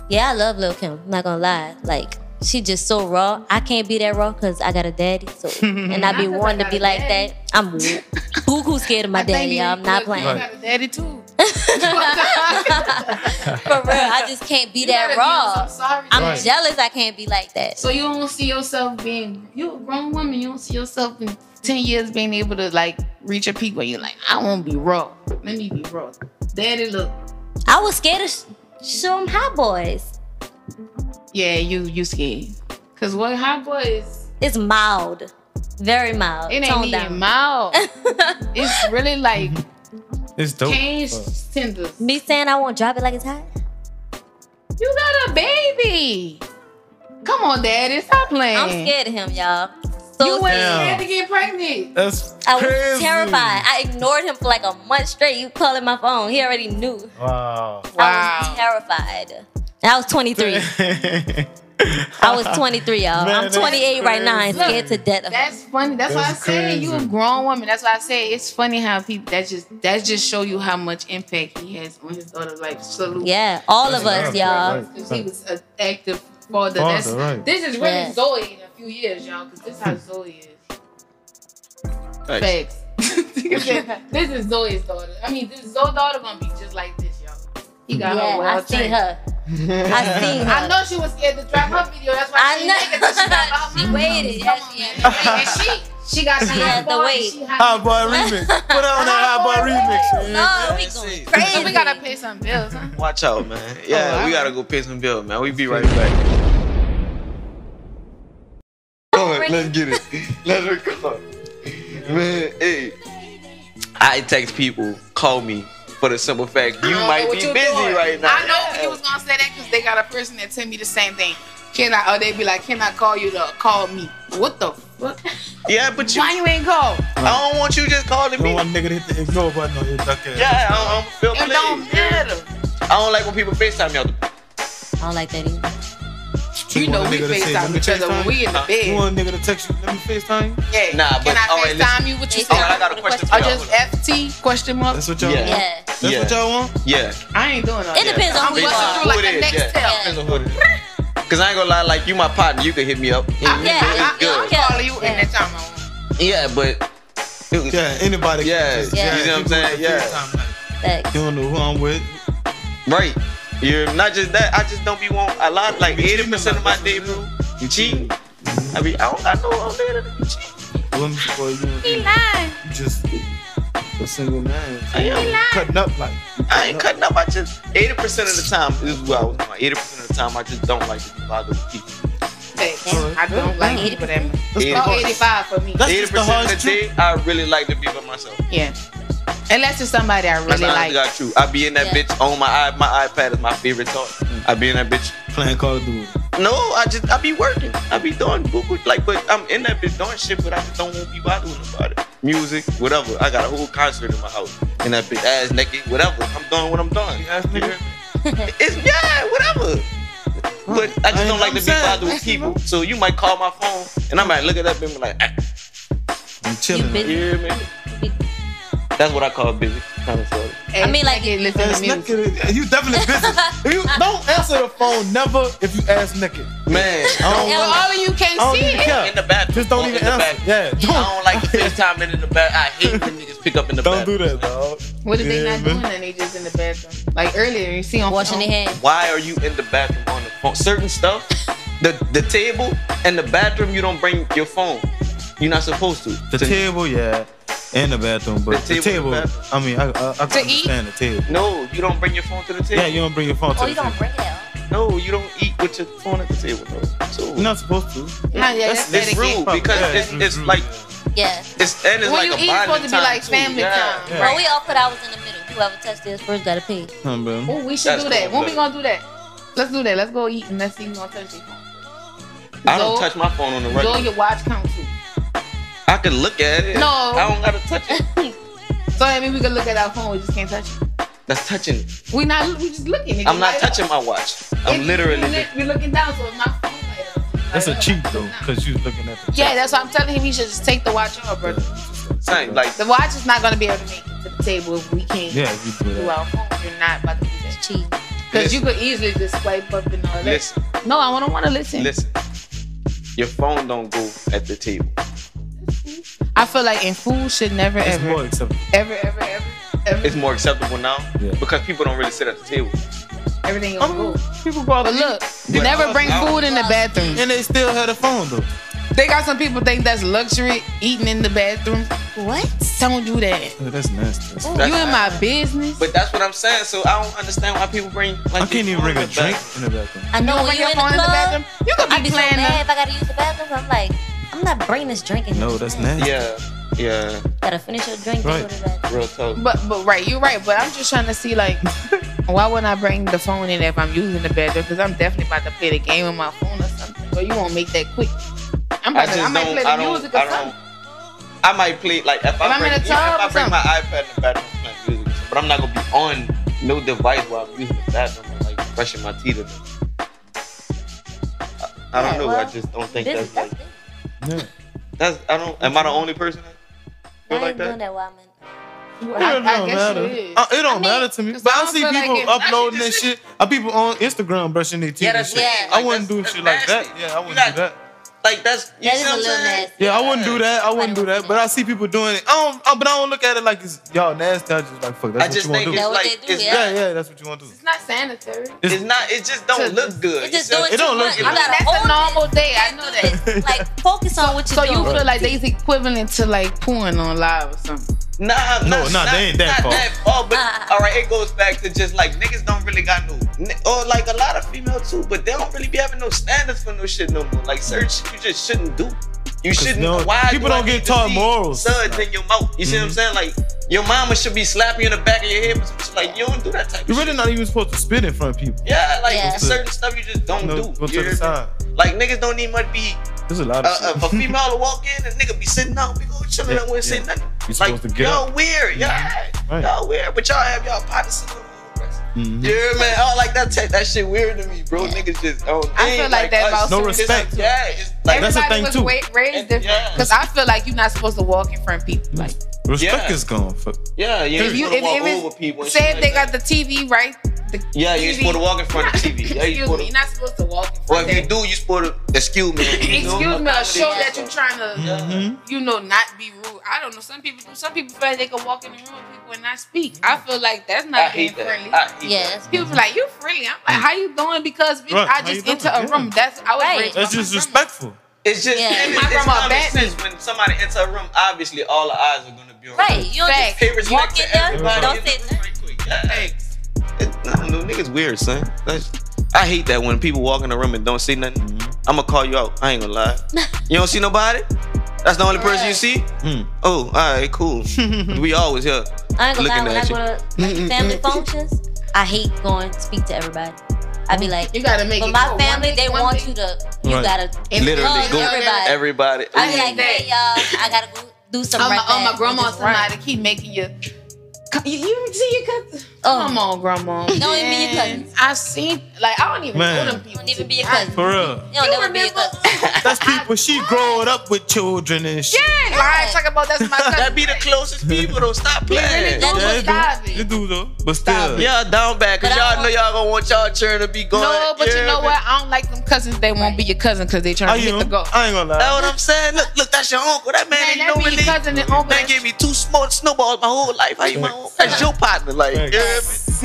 A: Yeah, I love Lil Kim. I'm not gonna lie. Like she just so raw. I can't be that raw because I got a daddy. So and I be
D: Not 'cause I
A: wanting to
D: got
A: be
D: a
A: like
D: daddy.
A: that. I'm boo scared of my
D: I think
A: daddy.
D: you-
A: Y'all. I'm not
D: look,
A: playing.
D: You
C: Right.
D: got a daddy too.
A: For real, I just can't be that raw.
D: I'm sorry.
A: I'm
C: Right.
A: jealous. I can't be like that.
D: So you don't see yourself being you a grown woman. You don't see yourself in ten years being able to like reach a peak where you're like, I won't be raw. Let me be raw. Daddy, look.
A: I was scared of sh- show 'em hot boys.
D: Yeah, you you scared. Cause what hot boy is
A: It's mild, very mild.
D: it ain't
A: Toned
D: even
A: down.
D: mild. it's really like
C: It's dope. Uh,
D: cane
C: Fuck.
D: tenders.
A: Me saying I won't drop it like it's hot.
D: You got a baby. Come on, daddy, stop playing.
A: I'm scared of him, y'all.
D: You
A: So
D: went
A: scared.
D: scared to get pregnant.
C: That's
A: I was
C: crazy.
A: terrified. I ignored him for like a month straight. You calling my phone. He already knew.
C: Wow.
A: I was terrified. And I was 23. I was 23, y'all.
C: Man,
A: I'm
C: that's
A: 28 right now and
D: crazy.
A: scared to death of him.
D: That's funny. That's, why I
C: That's
D: say you a
C: crazy.
D: grown woman. That's why I say it's funny how people that just that just show you how much impact he has on his daughter's life. Salute.
A: Yeah, all of
C: That's
A: us,
C: terrifying,
A: y'all.
C: right.
D: Because he was an active father.
C: Father,
D: That's,
C: right.
D: This is really
A: Yeah.
D: Zoe in a few years, y'all. Because this is how Zoe is.
E: Thanks.
D: Facts. this is Zoe's daughter. I mean, this Zoe's daughter gonna be just like this, y'all. He got her
A: Yeah,
D: well
A: I see
D: trained.
A: her. I see her.
D: I know she was scared to drop her video. That's why
A: I
D: she
A: know.
D: didn't make it till she
A: She waited.
D: got her mom. Come
A: Yes,
D: on,
A: she
D: man.
A: had
D: And she she got the
A: had
D: hot
A: to
D: boy,
A: wait.
D: she hot
C: Hot boy remix. Put on that hot boy remix. man.
A: No, we
E: That's
A: going
E: it.
A: crazy.
D: So we gotta pay some bills, huh?
E: Watch out, man. Yeah,
D: Oh,
E: we
D: I-
E: gotta go pay some bill, man. We be right back. Come on, let's get it. Let's record. Man, hey. I text people, call me for the simple fact you
D: I don't know
E: might
D: what
E: be
D: you're
E: busy
D: doing.
E: right now.
D: I know he was gonna say that because they got a person that tell me the same thing. Can I? Or they be like, can I call you to call me? What the fuck?
E: Yeah, but you,
D: Why you ain't call?
E: I don't want you just calling
C: Don't
E: me.
C: want nigga to hit the ignore button on your duck ass.
E: Yeah, I don't, I don't feel
D: It don't
E: played.
D: matter.
E: I don't like when people FaceTime me out the
A: I don't like that either.
D: You know
C: want a
D: we
C: nigga to say, "Let
D: FaceTime
C: me
D: each other
C: FaceTime
D: when we in the
C: You
D: bed.
C: want a nigga to text you? Let me FaceTime you?
D: Yeah.
E: Nah, but-
D: can I
E: all right,
D: FaceTime you? What you
A: All right,
E: Alright, I
D: say?
E: got a question for
D: Or
E: y'all.
D: just FT question mark?
C: That's what y'all
E: Yeah.
C: want?
A: Yeah.
C: That's
E: Yeah.
C: what y'all want?
E: Yeah.
D: I ain't doing that.
A: It depends on
D: I'm
A: who you
D: busting
A: are.
D: through like
E: Who it
D: a
E: is,
D: next
E: yeah.
D: tell.
A: Yeah.
E: Cause I ain't gonna lie, like you my partner, you can hit me up.
D: I'm
A: Yeah,
E: It's
A: yeah,
E: good.
A: yeah.
D: calling you in that time.
E: Yeah, but
C: Yeah, anybody. can
E: Yeah,
C: just-
A: you
E: know what I'm
C: people
E: saying?
C: with the
E: Yeah.
C: FaceTime, like,
A: Facts.
C: You don't know who I'm with.
E: Right. You're not just that. I just don't be want a lot. Like
C: You cheating
E: eighty percent of my
C: about
E: day,
C: that.
E: bro. You cheating? I mean, I, don't, I know I'm better than you. cheating.
C: Women for you.
D: He
C: You
D: lying.
C: just a single man. So
E: I
C: you
E: am.
C: cutting up like. you
E: I ain't cutting up. I just eighty percent of the time this is what I was doing. Eighty percent of the time, I just don't like to be bothered with people.
D: I don't like people that much.
C: That's the
E: Yeah.
D: About
C: hard-
D: 85 for me.
C: That's
E: Eighty
C: just the
E: percent
C: hard
E: of the day,
C: truth.
E: I really like to be by myself.
D: Yeah. Unless it's somebody I
E: That's
D: really
E: honestly
D: like.
E: got true. I be in that
A: Yeah.
E: bitch on my i my iPad is my favorite thought. I be in that bitch.
C: Playing Call of Duty.
E: No, I just I be working. I be doing buku like, but I'm in that bitch doing shit, but I just don't want to be bothered about it. Music, whatever. I got a whole concert in my house, and that bitch ass naked, whatever. I'm doing what I'm doing.
C: Ass nigga.
E: It's yeah, whatever. But I just don't like to be bothered with people. So you might call my phone, and I might look it up and be like, ah,
C: I'm chilling.
A: You busy.
E: you hear me? That's what I call busy. Kind of sort of.
A: I mean, like-
D: Nigga, listen
C: Ass
D: to music.
C: naked. You definitely busy. If you don't answer the phone, never if you ass naked.
E: Man,
C: I don't
A: Don't
D: Well,
C: want-
D: all of you
C: I don't
E: Oh,
D: can't see
C: even
D: it.
C: care.
E: in the bathroom.
C: Oh, Just don't
E: in
C: even
E: the
C: answer.
E: bathroom.
C: Yeah,
E: I
C: don't.
E: don't like to FaceTime in the back. I hate when niggas pick up in the
C: Don't do
E: bathroom.
C: that, dog.
D: What if they
C: Yeah,
D: not doing that? They just in the bathroom. Like earlier, you see on
A: Washing
D: on-
A: their hands.
E: Why are you in the bathroom on the phone? Certain stuff, the the table and the bathroom, you don't bring your phone. You're not supposed to.
C: The
E: So-
C: table, yeah. and the bathroom, but
E: The
C: the
E: table
C: table.
E: and the
C: I mean, I, I, I
D: To
C: can
D: eat?
C: understand the table.
E: No, you don't bring your phone to the table.
C: Yeah, you don't bring your phone to
A: Oh,
C: the
A: you don't
C: table.
A: bring it out.
E: no, you don't eat with your phone at the table. No. So
C: You're not supposed to.
D: Nah, yeah,
E: that's,
D: that's,
E: it's
D: etiquette.
E: rude because
C: Yeah, mm-hmm.
E: it's,
C: it's
E: it's
C: rude.
E: like
A: Yeah.
E: it's and it's
D: When
E: like
D: you
E: a
D: eat, it's
E: bonding
D: supposed to be
E: time,
D: like
E: too.
D: family
E: Yeah.
D: time.
C: Yeah.
A: Bro, we all put ours in the middle. Whoever touched this first got to pay.
C: Huh, bro.
D: Oh, we should
E: That's
D: do that.
E: cool,
D: When
E: but-
D: we gonna do that? Let's do that. Let's go eat and let's see who gonna touch their phone.
E: I don't
D: Go-
E: touch my phone on the
D: Go
E: regular.
D: your watch count too.
E: I can look at it.
D: No.
E: I don't gotta touch it.
D: So I mean, we can look at our phone. We just can't touch it.
E: That's touching. it.
D: We not. We just looking. It
E: I'm not
D: light up.
E: touching my watch.
D: It-
E: I'm literally.
D: We li- we looking down, so it's my phone. light up.
C: That's a
D: Light up.
C: cheat though, because you was looking at the.
D: Yeah, that's why I'm telling him he should just take the watch off, brother.
E: Same, like
D: The watch is not gonna be able to make it to the table if we can't
C: Yeah, you do
D: do
C: that.
D: our phone. You're not about to do that.
A: Cheating.
D: Because you could easily just swipe up and all that.
E: listen,
D: No, I don't want to listen.
E: listen. Your phone don't go at the table.
D: I feel like in food should never
C: It's
D: ever,
C: more acceptable.
D: ever ever ever ever
E: It's more acceptable now
C: Yeah.
E: because people don't really sit at the table. Oh,
D: everything is cool.
C: people go out
D: Oh, But
C: to eat,
D: look, never bring
E: Out.
D: food in the bathroom.
C: and they still had a phone though.
D: They got some people think that's luxury eating in the bathroom.
A: What?
D: Don't do that.
C: Yeah, that's nasty. That's-
D: you in my business.
E: But that's what I'm saying. So I don't understand why people bring. Like,
C: I can't
E: their
C: even bring a
E: phones back.
C: drink in the bathroom.
A: I know
D: don't
A: when
D: bring
A: you're
D: your
A: in the
D: phone in the
A: club,
D: bathroom. You could
A: I'd
D: be
A: be so
D: playing. uh,
A: mad
D: the-
A: if I got to use the bathroom. I'm like, I'm not bringing this drink in
C: No,
A: this
C: that's
A: drink.
C: nasty.
E: Yeah, yeah,
A: Gotta finish your drink
C: Right.
A: to go to bed.
E: real talk.
D: But but right, you're right. But I'm just trying to see like why wouldn't I bring the phone in if I'm using the bathroom? Because I'm definitely about to play the game on my phone or something. Or you won't make that quick. I'm
E: I
D: about
E: just
D: to. I might
E: don't.
D: play
E: I
D: the
E: don't.
D: music or
E: I
D: something.
E: don't. I might play like if, I
D: I'm
E: bring,
D: in
E: even
D: a
E: if
D: tub
E: I
D: or
E: bring my iPad in the bathroom, I'm playing music, or something, but I'm not gonna be on no device while I'm using the bathroom, and, like brushing my teeth. Or nothing. I, I don't
A: Yeah,
E: know. I
A: well,
E: just don't think
A: Business,
E: that's like
A: that's business.
C: Yeah.
E: that's. I don't. Am I the only person?
A: I
E: Feel
A: ain't
E: like
A: doing
E: that?
A: that while I'm in.
D: I,
C: It don't
D: I guess
C: matter.
D: it is.
C: Uh, it don't
D: I mean,
C: matter to me.
D: 'cause
C: But
D: I
C: I
D: don't
C: see
D: feel like
C: people
D: it- I should
C: uploading this
D: just-
C: shit. Are people on Instagram brushing their teeth
E: Yeah,
C: and
E: that's
C: shit?
A: yeah,
C: I
E: like,
C: wouldn't do
E: that's-
C: shit like
E: that's
C: that.
E: nasty.
C: Yeah, I
E: You
C: wouldn't
E: got-
C: do that.
E: Like that's. You
A: That
E: see
A: is a
E: what I'm
A: little
E: saying?
A: nasty.
C: Yeah, I wouldn't do that. I wouldn't
A: Nobody
C: do
A: would
C: that.
A: do
C: But
A: that.
C: I see people doing it. I don't. uh, But I don't look at it like it's y'all nasty. I just like fuck. That's
E: I just
C: what you
A: That's
C: want to
E: think it's
C: do.
A: what
E: like
A: they do,
E: it's,
A: yeah.
E: not-
C: Yeah, yeah, that's what you want to do.
D: It's not sanitary.
C: It's,
E: it's not. It just don't look good.
A: It's just
E: It's
A: doing
C: it don't
A: too
C: look
A: much.
C: good.
A: You
C: I mean,
A: gotta
D: That's
A: hold
D: a normal
A: it.
D: day. I know that.
A: It's Like, focus on what
D: So
A: you're
D: you
A: doing.
D: feel like they equivalent to like pooing on live or something.
E: Nah,
C: No,
E: not,
C: nah,
E: not,
C: they ain't that
E: not
C: far.
E: that far. But
A: Uh-uh.
E: all right, it goes back to just like niggas don't really got no, ni- or like a lot of female too, but they don't really be having no standards for no shit no more. Like certain shit you just shouldn't do. You shouldn't.
C: no-
E: why
C: people
E: do I
C: don't get
E: need to
C: taught
E: see
C: morals. Mm-hmm.
E: Suds in your mouth. You see what I'm saying? Like your mama should be slapping you in the back of your head, but some shit like you don't do that type. of
C: you're really
E: shit.
C: not even supposed to spit in front of people.
E: Yeah, like
A: Yeah.
E: certain stuff you just don't
C: No,
E: do.
C: go
E: You
C: to
E: hear
C: the
E: me?
C: side.
E: Like niggas don't need much be
C: There's a lot of
E: uh,
C: shit.
E: a female to walk in and nigga be sitting out, we go chilling,
C: Yeah,
E: I wouldn't say
C: yeah.
E: nothing.
C: You
E: like
C: supposed to get up.
E: y'all
C: Mm-hmm.
E: weird, y'all,
C: Right.
E: y'all weird, but y'all have y'all pockets in the rest.
C: Mhm.
E: Yeah, man, I don't like that tech. That shit weird to me, bro. Niggas just oh,
D: I feel like that about
C: No
D: certain
E: it's,
C: respect.
D: stuff, too.
E: Yeah, it's like
C: That's the
D: Everybody
C: thing,
D: was
C: too.
D: wa- raised different.
E: Yeah.
D: Cause I feel like you're not supposed to walk in front of people. Like
C: Respect
E: Yeah.
C: is gone. Fuck.
E: yeah, you
D: if
E: ain't
D: you
E: supposed
D: if,
E: to walk
D: if
E: over
D: it's-
E: people. and
D: say
E: shit
D: if
E: like
D: they got
E: that.
D: the TV right. The
E: yeah, you ain't supposed to walk in front of the TV. Yeah, you
D: Excuse
E: supposed
D: me,
E: to-
D: you're not supposed to walk in
E: Or
D: front.
E: if you
D: of that.
E: do, you supposed to excuse me.
D: Excuse me, or show that you're trying to,
C: Mhm.
D: you know, not be rude. I don't know. Some people do. Some people feel like they can walk in the room with people and not speak. I feel like that's
E: I
D: not being
E: hate
D: friendly.
E: that. I hate
A: yeah,
E: that.
A: that's
D: People be like, you friendly. I'm like, how you doing? Because bitch,
C: Right,
D: I
C: how you
D: just
C: doing?
D: enter a
C: Yeah.
D: room. That's I was
A: Right.
D: raised by
C: That's
D: my
C: just
D: grandma.
C: respectful.
E: It's just
A: Yeah.
E: and
D: My
E: it's, it's
D: grandma
E: common
D: bad
E: sense when somebody enter a room. Obviously, all the eyes are gonna be on.
A: right.
E: you.
A: You don't
D: Facts.
E: Pay
A: just walk
E: respect
A: in
E: to
A: there.
E: everybody.
A: Don't
E: in
A: say
E: the
A: nothing.
E: room right quick. Yeah.
D: Thanks.
E: It, I don't know, niggas weird, son. That's, I hate that when people walk in the room and don't see nothing.
A: Mm-hmm.
E: I'ma call you out. I ain't gonna lie. you don't see nobody. That's the only person you
A: Right.
E: see.
C: Mm.
E: Oh, all right, cool. we always here.
A: I ain't gonna lie,
E: Looking
A: when I
E: at
A: go to like, family functions, I hate going to speak to everybody. I be like,
D: You gotta make
A: but
D: it
A: my
D: cool.
A: family,
D: One
A: they
D: thing- one
A: want
D: thing-
A: you to, you
C: Right.
A: gotta.
D: And
E: Literally,
D: love
E: go-
A: everybody.
E: Everybody.
A: I be like,
E: Ooh.
A: hey y'all, I gotta go do some
D: Oh my,
A: right
D: oh my
A: fast.
D: grandma
A: Just run.
D: tonight to keep making you. Co- You, you see your cousin?
A: Oh.
D: Come on, grandma.
A: Don't even be your
D: Man,
A: cousins.
D: I've seen like I don't even
C: Man.
D: know them people.
A: Don't even be your
D: I-
A: cousin.
C: For real.
A: You don't
D: You
A: never be a
D: remember?
A: cousin.
C: That's people. She growing up with children and shit.
D: Yeah, like, I ain't talking about that's my cousin.
E: that be the closest people. Don't stop playing.
D: do.
C: Yeah, it
D: Stop it.
C: do. It do though. But
D: Stop
C: still,
D: it.
E: Yeah, down back, cause
A: But I
E: y'all know
A: want-
E: y'all gonna want y'all children to be going.
D: No, but you know
E: what?
D: what? I don't like them cousins. They won't be your cousin because they
C: I
D: trying to hit
C: am.
D: the goal.
C: I ain't gonna
E: That's
C: lie.
E: what I'm saying. Look, look, that's your uncle. That man,
D: Man,
E: ain't
D: that
E: no
D: be your
E: relief.
D: cousin and uncle.
E: Man gave me two small snowballs my whole life. How you my uncle? That's your partner, like. Yeah,
C: Thanks.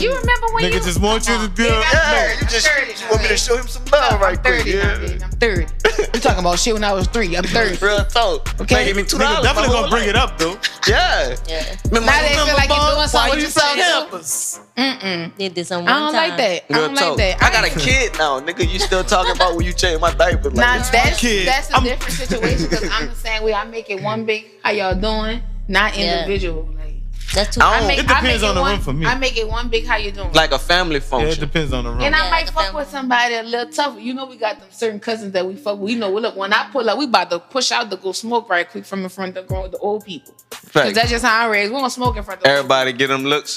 D: You remember when you
C: Nigga just want you to do.
D: Come on.
E: yeah, you just you want me to show him some love
D: I'm
E: right quick.
D: 30 now,
E: Yeah.
D: baby. I'm 30. You talking about shit when I was three. I'm 30.
E: Real talk.
D: Okay.
E: Okay. Give me two dollars.
C: Nigga definitely gonna bring it up though.
E: Yeah.
A: Yeah.
E: Remember
D: Now
E: my
D: they feel
E: number,
D: like you're
E: Bob?
D: doing something
E: Why
D: with
E: you
D: yourself,
E: say
D: too?
E: helpers?
D: Mm-mm.
A: Did this on one
D: I don't
A: time.
D: like that. I
E: Real
D: don't like
E: talk.
D: that.
E: I got a kid now, nigga. You still talking about when you change my diaper? Like,
D: Nah,
E: it's
D: that's
C: kid.
D: that's a
C: I'm-
D: different situation because I'm the same way. I make it one big. How y'all doing? Not
A: Yeah.
D: individual. Like,
A: That's too
E: I
D: I
E: don't-
D: make,
E: It
D: I
C: depends on
D: make it
C: the
D: one,
C: room for me.
D: I make it one big. How you doing?
E: like a family
C: Yeah, it
E: function.
C: depends on the room.
D: And
A: Yeah,
D: I might
A: the
D: fuck
A: family.
D: with somebody a little tough. You know, we got them certain cousins that we fuck with. You know, well, look, when I pull up, we about to push out to go smoke right quick from in front of the, grown- the old people. Because
E: Fact.
D: that's just how I raised. We don't smoke in front of
E: Everybody get them looks.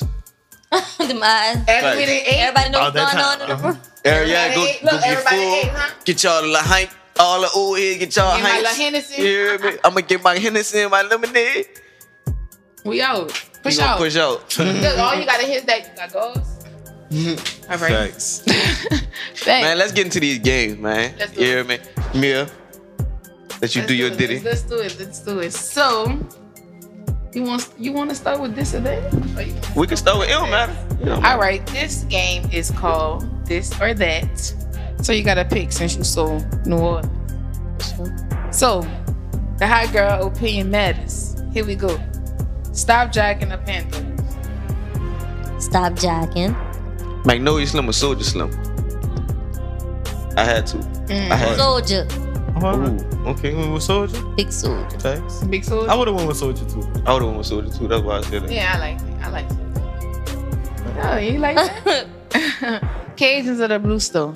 A: Them eyes.
D: Everybody ate.
A: Everybody knows
C: Oh,
A: what's
C: that
A: going on
C: time.
A: in the
C: Uh-huh.
A: room.
E: Everybody
D: Everybody
E: go,
D: ate.
E: go
D: Look,
E: get
D: everybody
E: full.
D: ate, huh?
E: Get y'all the hype. All the old head, get y'all
D: Get my
E: hype.
D: little Hennessy.
E: You hear me? I'm gonna get my Hennessy and my lemonade.
D: We out.
E: We
D: Push
E: gonna
D: out.
E: Push out.
D: Look, all you got to hit is that you got goals. All right.
E: Mm-hmm. Facts.
D: Thanks.
E: Man, let's get into these games, man.
D: Let's do
E: you hear me? Mia, let you
D: Let's
E: do your
D: it.
E: ditty.
D: Let's do it. Let's do it. So, you want you want to start with this or that? Or you wanna
E: We can start with ill matter. You know,
D: All right, this game is called This or That. So you gotta pick since you so New Orleans. So the hot girl opinion matters. Here we go. Stop jacking the panther.
A: Stop jacking.
E: Magnolia Slim or Soldier Slim? I had to.
D: Mm.
E: I had to.
A: Soldier.
E: Uh-huh.
C: All right.
E: Ooh,
C: You
E: okay.
C: went with Soldier?
A: Big soldier.
C: Thanks.
D: Big sword.
C: I would have went with Soldier too.
E: I would have went with Soldier too. That's why I said it.
D: yeah, I like it. I like it. Oh, you like that? Cajuns or the blue stone?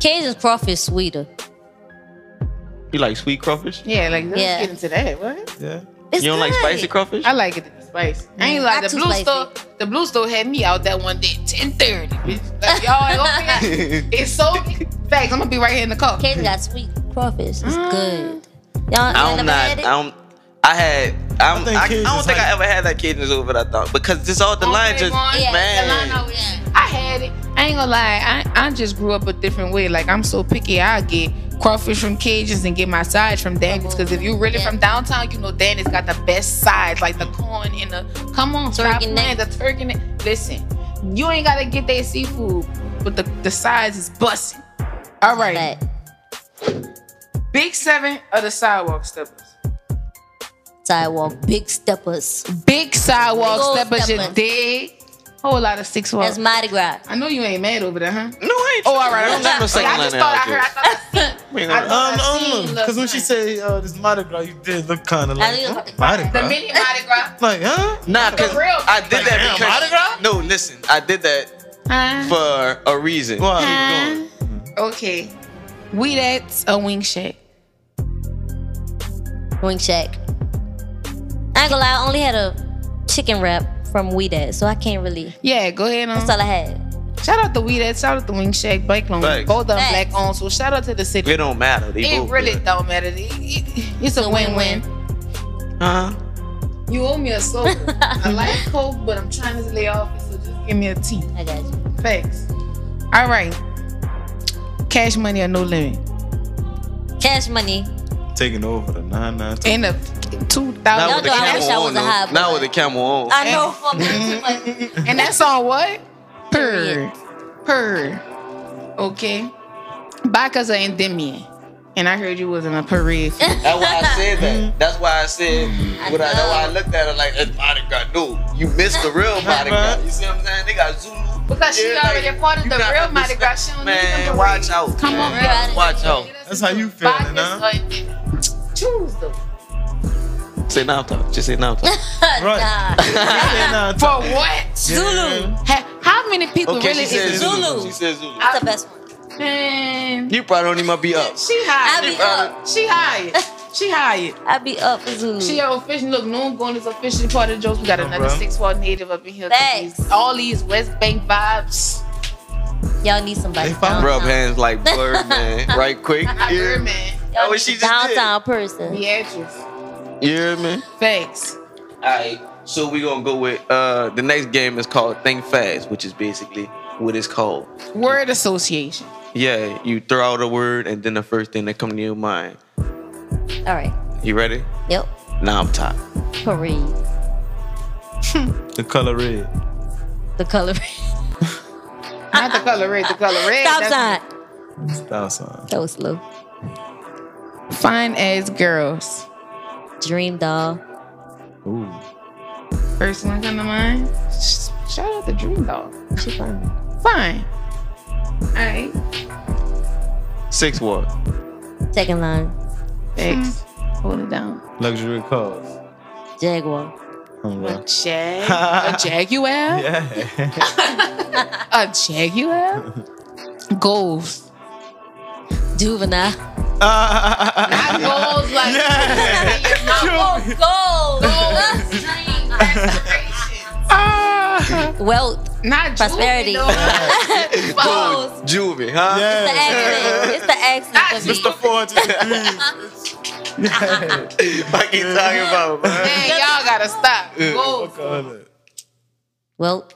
A: Cajun crawfish sweeter.
E: You like sweet crawfish?
D: Yeah, like let's
A: Yeah.
D: get into that. What?
C: Yeah.
A: It's
E: you don't like
A: good.
E: spicy crawfish?
D: I like it to be spicy. I ain't like
A: Mm. Not
D: the
A: too
D: blue
A: spicy.
D: store. The blue store had me out that one day, ten thirty. Bitch, like, y'all ain't open yet? It's so facts. I'm gonna be right here in the car.
A: Cajun got sweet crawfish. It's
D: Mm.
A: good. Y'all, y'all
E: I'm
A: never
E: not.
A: had it?
E: I'm. I had. I'm, I,
C: I think
E: I,
C: Cajun's
E: don't think I
C: hype.
E: ever had that Cajun's over that thought because this all the line just
A: Yeah,
E: man.
D: The line always- I had it. I ain't gonna lie. I, I just grew up a different way. Like I'm so picky. I get crawfish from Cajuns and get my sides from Danny's. Because if you really
A: Yeah.
D: from downtown, you know Danny's got the best sides, like the corn and the come on, stop
A: Turkey
D: playing,
A: neck.
D: the turkey. neck. Listen, you ain't gotta get their seafood, but the the sides is busting. All right,
A: But
D: big seven of the sidewalk steppers.
A: sidewalk, big steppers.
D: Big
A: Big
D: sidewalk
A: old
D: steppers, you
A: steppers.
D: dig? Whole lot of six
A: That's
D: walks.
A: Mardi Gras.
D: I know you ain't mad over there, huh?
E: No, I ain't.
D: Oh, all right.
E: I don't got no second
D: I
E: line
D: just
E: in
D: thought I
E: out
D: heard. I
E: there.
D: thought I seen.
E: We ain't
D: I
E: gonna lie.
D: thought
C: Um,
D: I
C: um,
D: seen love
C: because when she
D: signs.
C: said uh, this Mardi Gras, you did look kind of like,
A: did
C: huh?
A: look like
C: Mardi
D: the
C: Gras?
D: mini Mardi Gras,
C: Like, huh?
E: Nah, cause
D: The real-
E: I did that
C: Damn,
E: because
C: Mardi Gras?
E: no, listen, I did that
D: huh?
E: for a reason.
C: Why?
D: Huh? Okay, we that's a wing shack.
A: Wing Shack. I ain't gonna lie, I only had a chicken wrap from We Dad, so I can't really.
D: Yeah, go ahead on.
A: That's all I had.
D: shout out to we that. Shout out to Wing Shack Bike Loan.
E: Thanks.
D: Both of them
A: Thanks.
D: black owned. So shout out to the city.
E: It don't matter. They
D: It
E: both
D: really
E: good.
D: don't matter. It- it- it's a win-win.
E: Huh?
D: You owe me a soda. I like Coke, but I'm trying to lay off it. So just give me a tea.
A: I got you.
D: Thanks. All right. Cash money or no limit.
A: Cash money.
C: Taking over the 992.
D: In the two
E: Now
A: Y'all
E: with
D: thousand.
E: the
A: know I wish I
E: camel
A: was
E: on,
A: a high
E: though. Now
A: boy.
E: with the camel on.
A: I know for me. too,
D: And that's on what? Per.
A: Period.
D: Per. Okay. Bacchus are Endymion. And I heard you was in a parade.
E: That's why I said that. That's why I said what I, that's why I
A: know.
E: looked at her like it's Mardi Gras. No, you missed the real Mardi Gras. You see what I'm saying? They got Zulu.
D: Because she
E: Yeah,
D: already
E: like,
D: part of
E: you
D: the
E: not
D: real Mardi
E: understand-
D: Gras. She don't need
E: Man,
D: them
E: watch
D: parades.
E: out.
D: Come on,
E: man.
A: man.
E: Watch out.
C: That's how you feeling, huh?
D: Choose them.
E: Say now talk. Just say now talk.
A: but
C: Right.
A: nah.
D: For what?
A: Zulu.
D: Ha- How many people
E: Okay,
D: really
E: she said
D: is
A: Zulu.
E: Zulu. She said Zulu.
A: That's the best one.
D: Man.
E: You probably don't even be up.
D: She
A: I
D: hired.
A: be
E: uh,
A: up.
D: She hired. She hired.
A: I be up for Zulu.
D: She your official. Look, no one going is officially part of the jokes. We got
C: No,
D: another
C: bruh.
D: six four native up in here.
A: Facts.
D: All these West Bank vibes.
A: Y'all need somebody.
C: They fine.
E: Rub hands like Birdman, right quick.
D: Not
E: You hear
D: her,
E: me?
D: man.
E: That
A: Y'all
E: what
A: need
E: she
A: a
E: just did.
A: downtown person.
D: Beatrice.
E: You hear me?
D: Facts.
E: Alright, so we gonna go with uh the next game is called Think Fast, which is basically what it's called.
D: Word association.
E: Yeah, you throw out a word and then the first thing that come to your mind.
A: All right.
E: You ready?
A: Yep.
E: Now I'm top.
A: Parade.
C: The color red.
A: The color.
D: Not the color red. The color red.
A: Uh-uh. Stop
D: that's-
A: sign.
C: Style sign.
A: That was slow.
D: Fine as girls.
A: Dream doll.
C: Ooh.
D: First one come to mind. Sh- Shout out to Dream Doll. She fine. Fine. All right.
E: Six what?
A: Second line.
D: Thanks.
A: Hmm.
D: Hold it down.
C: Luxury cars.
A: Jaguar.
C: Home
D: A
C: run.
D: jag. a jaguar.
C: Yeah.
D: A jaguar. Goals.
A: Juvenile.
D: Not goals like.
C: Yeah.
A: Oh, gold.
D: Goals, dreams, aspirations.
E: Ah!
A: Wealth.
D: Not
A: Prosperity.
D: jewelry, though.
A: Goals.
E: Juvie, huh?
A: It's the accident. It's the accident.
D: Not
A: for me.
D: jewelry.
C: 403. Yeah.
E: I keep talking about, man.
D: Man, y'all gotta stop. Goals.
C: Call it.
A: Wealth.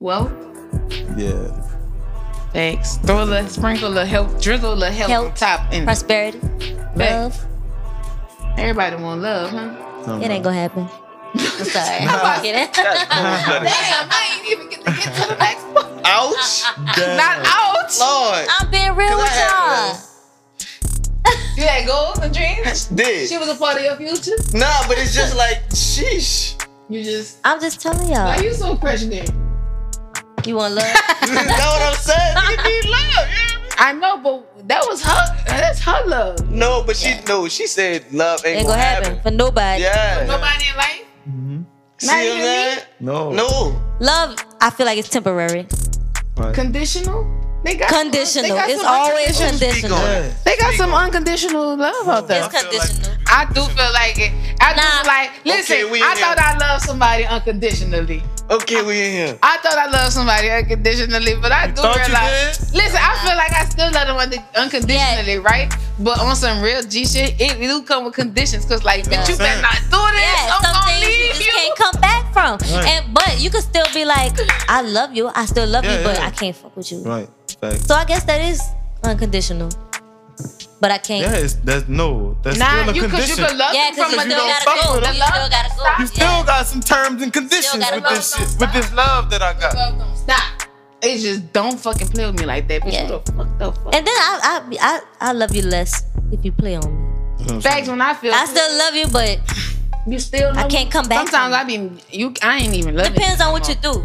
D: Well,
C: Yeah.
D: thanks. Throw a little sprinkle, a little help, drizzle, a little help, on
A: Help.
D: top, and
A: Prosperity. Love.
D: everybody want love, huh?
C: Home
A: It
C: run.
A: ain't gonna happen. I'm sorry. I'm kidding.
D: Damn, I ain't even get to get to the next one.
E: Ouch!
C: Damn.
D: Not out.
E: Lord!
A: I'm being real with y'all.
D: You had goals and dreams.
E: Did.
D: She was a part of your future.
E: Nah, but it's just like, sheesh.
D: You just
A: I'm just telling
D: why
A: y'all.
D: you so questioning?
A: You want love?
E: That's what I'm saying. Nigga need love, you know?
D: I know, but that was her. That's her love.
E: No, but she no, she said love ain't,
A: Ain't gonna happen for nobody.
E: Yeah.
D: Nobody in life.
C: Mhm.
E: See
D: Not
E: what
D: even
E: I'm saying?
C: No.
E: No.
A: Love, I feel like it's temporary.
D: Conditional. They got They
A: Conditional.
D: got
A: It's
D: some
A: always
D: uncondi-
A: conditional.
E: Yeah.
D: They got some unconditional love out there.
A: It's conditional.
D: I do feel like it. I do
A: Nah.
D: feel like listen.
E: Okay, we in
D: I thought
E: here.
D: I loved somebody unconditionally.
E: Okay, we in here.
D: I thought I loved somebody unconditionally, but I do
C: Thought you
D: realize.
C: did?
D: Listen, I feel like I still love them undi- unconditionally, right? But on some real G shit, it do come with conditions. Cause like, bitch, you
C: what I'm
D: better not do this.
A: Yeah,
D: I'm
A: some
D: gonna
A: things you
D: leave
A: just
D: you.
A: can't come back from.
C: Right.
A: And but you could still be like, I love you, I still love
C: Yeah,
A: you, but
C: yeah.
A: I can't fuck with you.
C: Right. Fact.
A: So I guess that is unconditional. But I can't.
C: Yeah, it's, that's no. That's
D: Nah,
C: still a
D: you cause you
C: condition.
D: could love
A: Yeah,
D: them
A: because
D: from
A: you still
D: a
C: don't
A: gotta
C: fuck
A: go. You
C: with
D: The
A: still
D: love
A: gotta go.
D: don't
C: You still
A: Yeah.
C: got some terms and conditions
A: gotta
C: with
A: love
C: this
D: them.
C: shit, with this love that I got.
D: Love don't stop. It just don't fucking play with me like that. Bitch,
A: Yeah.
D: Who the fuck the fuck?
A: And then I, I I I love you less if you play on me.
D: Facts when I feel
A: I still love you, but
D: you still
A: I
D: love me.
A: can't come back.
D: Sometimes
A: from
D: I be you. I ain't even
A: it.
D: love
A: depends on what you do.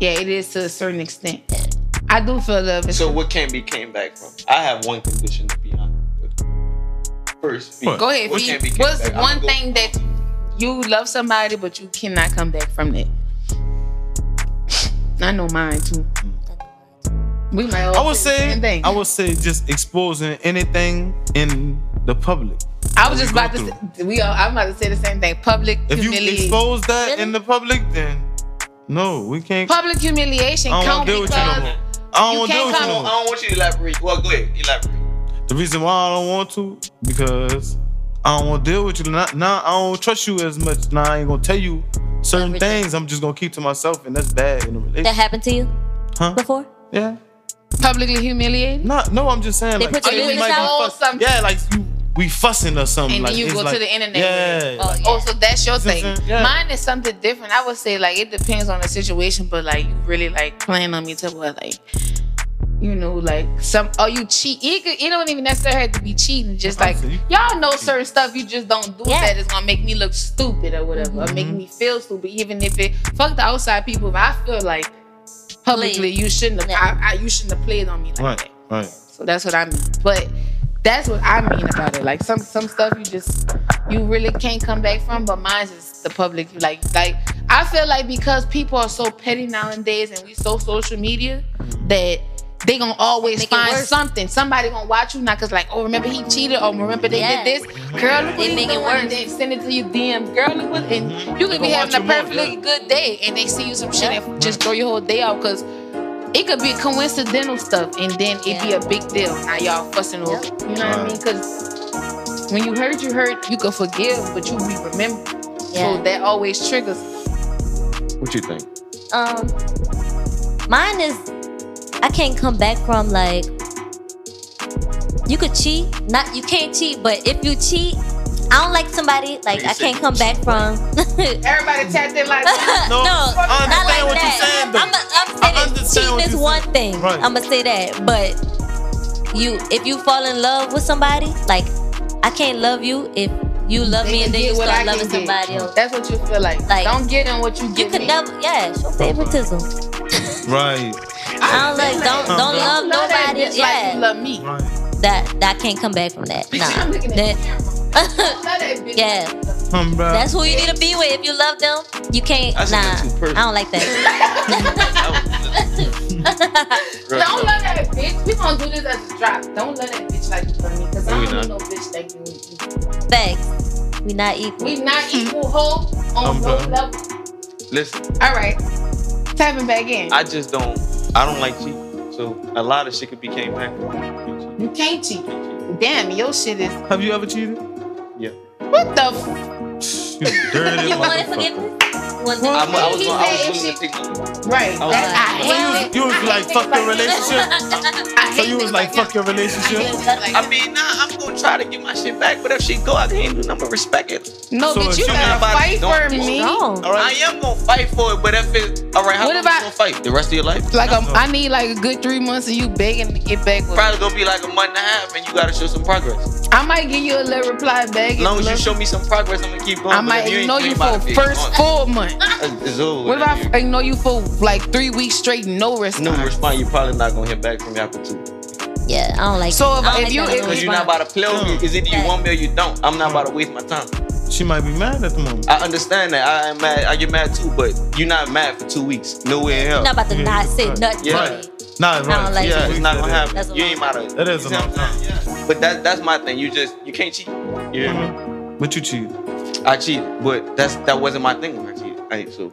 D: Yeah, it is to a certain extent. I do feel love. is-
E: So what can't be came back from? I have one condition to be honest with. First,
C: What?
D: go ahead.
E: What
D: Fee.
E: can't be came
D: What's
E: back? I'ma
D: one
E: go-
D: thing that you love somebody but you cannot come back from that? I know mine too. We might. all
C: I would
D: the same
C: say,
D: thing.
C: I would say, just exposing anything in the public.
D: I was just
C: we go
D: about to. Say, we. All, I'm about to say the same thing. Public
C: If you
D: humiliation.
C: expose that
A: Really?
C: in the public, then no, we can't.
D: public humiliation
C: I don't
D: come
C: wanna deal with you no
D: because
C: more. I
D: you
C: don't want to deal
D: can't
C: with you
E: I
D: come-
C: no
E: don't, I
C: more.
E: don't want you to elaborate. Well, go ahead, elaborate.
C: The reason why I don't want to because I don't want to deal with you. Now, now I don't trust you as much. Now I ain't gonna tell you certain
A: Everything.
C: things. I'm just gonna keep to myself, and that's bad in a
A: That
C: relationship.
A: happened to you
C: Huh?
A: before?
C: Yeah.
D: publicly humiliated,
C: Not, no, I'm just saying.
A: They
C: like,
A: put your
C: we
A: business
C: might be
A: out
D: or
C: fuss-
D: something.
C: Yeah, like you, we fussing or something.
D: and
C: like,
D: then you
C: it's
D: go
C: like-
D: to the internet.
C: Yeah.
D: with it.
C: like,
D: Oh, so that's your
C: You know what
D: thing.
C: I'm saying? Yeah.
D: Mine is something different. I would say like it depends on the situation, but like you really like playing on me to where like you know like some oh you cheat. It, could- it don't even necessarily have to be cheating. Just like
C: Honestly, you-
D: y'all know certain stuff you just don't do
A: Yeah.
D: that is gonna make me look stupid or whatever, or
C: Mm-hmm.
D: make me feel stupid. Even if it fuck the outside people, but I feel like publicly you shouldn't have
A: Yeah.
D: I, I, you shouldn't have played on me like
C: Right.
D: that.
C: Right.
D: So that's what I mean. But that's what I mean about it. Like some some stuff you just you really can't come back from. But mine's is the public. Like like I feel like because people are so petty nowadays and we so social media that they gonna always
A: Make it
D: find
A: worse.
D: something. Somebody gonna watch you now because like oh remember he cheated or remember they
A: Yeah.
D: did this. Girl look what
A: They
D: he
A: make it
D: doing.
A: worse.
D: And They send it to you DMs. Girl look what and you
C: They
D: could be
C: gonna
D: having a
C: watch Mm-hmm. you more,
D: perfectly good day and they see you some shit
A: Yeah.
D: and just throw your whole day out because it could be coincidental stuff and then it be
A: Yeah.
D: a big deal. Now y'all fussing over. You know what I
C: Right.
D: mean? Because when you hurt, you hurt. You can forgive, but you be remember. So
A: Yeah.
D: that always triggers.
E: What you think?
A: Um, mine is I can't come back from like you could cheat. Not you can't cheat, but if you cheat, I don't like somebody like
E: You
A: I
E: said
A: can't
E: you
A: come back
E: cheat,
A: from.
D: Everybody tapped in like,
A: no,
C: I
A: not like
C: understand what you're
A: that.
C: saying, though.
A: I'm, a, I'm saying
C: I understand
A: cheating
C: what
A: is
C: you're
A: one
C: saying.
A: thing.
C: Right.
A: I'm gonna say that, but you if you fall in love with somebody, like I can't love you if you love me and then you
D: Get what I
A: start
D: can
A: loving
D: get.
A: somebody else.
D: That's what you feel like.
A: Like,
D: Don't get in what you get.
A: You could
D: in.
A: never, yeah, show favoritism.
C: Right.
A: I don't like, don't,
C: Huh.
A: don't love
D: Love that
A: nobody.
D: bitch like you
A: Yeah,
D: love me. Love
C: Right.
A: that that can't come back from that.
D: I'm looking
A: Nah.
D: at
A: That-
D: that bitch.
A: Yeah.
D: like you love me.
C: Come back.
A: that's who you need to be with. If you love them, you can't.
E: That's a
A: nah,
E: little too
A: I
E: personal.
A: don't like that.
E: Girl,
D: Don't love that bitch. We gonna do this as a drop. Don't love that bitch like you love me, cause I
E: No, we
D: don't
E: not.
D: need no bitch like you. need me.
A: Facts. We not equal.
D: We not equal hope on
C: I'm
D: no
C: done.
D: level.
E: Listen,
D: All right, tapping back in.
E: I just don't. I don't like cheating. So a lot of shit could be came back.
D: you can't cheat. Damn, your shit is
C: Have you ever cheated?
D: what the. F-
C: You dirty
A: You wanted
C: motherfucker.
A: forgiveness? You wanted
E: I'm, I was
D: He
E: going. I
D: said
E: was willing
D: she-
E: to take the-
D: right.
E: Oh,
D: That, I
A: wow.
D: hate it.
C: You was
D: I hate
C: like,
D: things
C: fuck the
D: that.
A: relationship?
D: I hate
C: So you was
D: things
C: like,
D: that.
C: fuck your
D: I hate
C: relationship?
D: things like
E: I mean, nah. I'm gonna try to get my shit back, but if she go, I can't do nothing. but Respect it.
D: No,
C: So
D: but
C: if
D: you
C: you
D: gotta
E: nobody
D: fight
E: don't-
D: for me.
A: Strong.
C: All right.
E: I am gonna fight for it, but if it, all right, how
D: What
E: long you
D: about-
E: gonna fight the rest of your life?
D: Like um,
C: No.
D: I need like a good three months of you begging to get back with. me.
E: Probably gonna be like a month and a half, and you gotta show some progress.
D: I might give you a little reply
E: As
D: back. and
E: long as you
D: look-
E: show me some progress, I'm gonna keep going.
D: I
E: but
D: might
E: if ain't
D: ignore you
E: think
D: for
E: about it,
D: first
E: it's
D: full month.
E: on. It's over.
D: What if
E: If you
D: I ignore you for like three weeks straight, no
E: No
D: response?
E: response. You're probably not gonna hear back from me after two.
A: Yeah, I don't like.
D: So
A: I
D: if-
A: don't
D: if
A: like
D: you-
A: that
D: if-
A: kind
E: Cause
A: of
E: you're not
A: response.
E: about to play with me. It's either you want me or you don't. I'm not about to waste my time.
C: She might be mad at the moment.
E: I understand that. I am mad. I get mad too, but you're not mad for two weeks. Nowhere
A: You're
E: else.
A: not about to
C: Yeah,
A: not
C: you
A: say
C: right.
A: nothing.
E: Yeah.
A: funny.
C: Nah, right.
A: don't like
E: yeah, it's not gonna happen.
A: That's a
E: you
A: long
E: ain't about to.
C: That is a
E: you see
C: long
E: what I'm saying? Yeah. But that, that's my thing. You just you can't cheat. Yeah.
C: Mhm. But you cheated.
E: I cheated, but that's that wasn't my thing when I cheated. I ain't so.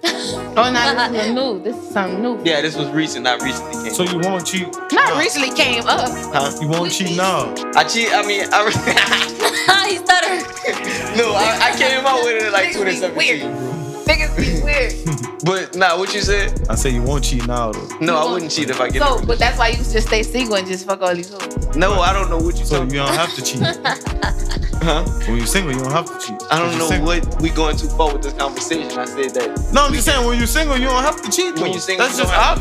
D: Oh, no, this is new. This is something new.
E: Yeah, this was recent, not recently. Came.
C: So you won't cheat.
D: Not
C: now.
D: recently came up.
E: Huh?
C: You won't cheat now.
E: I cheat. I mean, I,
A: he stuttered.
E: no, I, I came out with it in like
D: Niggas be
E: 2017.
D: Niggas be weird.
E: But nah, what you said?
C: I say you won't cheat now though.
E: No, I wouldn't cheat if I get.
D: So,
E: it.
D: but that's why you just stay single and just fuck all these hoes.
E: no, I don't know what you
C: So
E: talking.
C: you don't have to cheat.
E: Huh?
C: When you're single, you don't have to cheat.
E: I don't
C: If you're
E: know
C: single-
E: what we going too far with this conversation. I said that.
C: No, I'm just saying when you're single, you don't have to cheat.
E: When
C: though.
E: you're single,
C: that's
E: you
C: just
E: don't have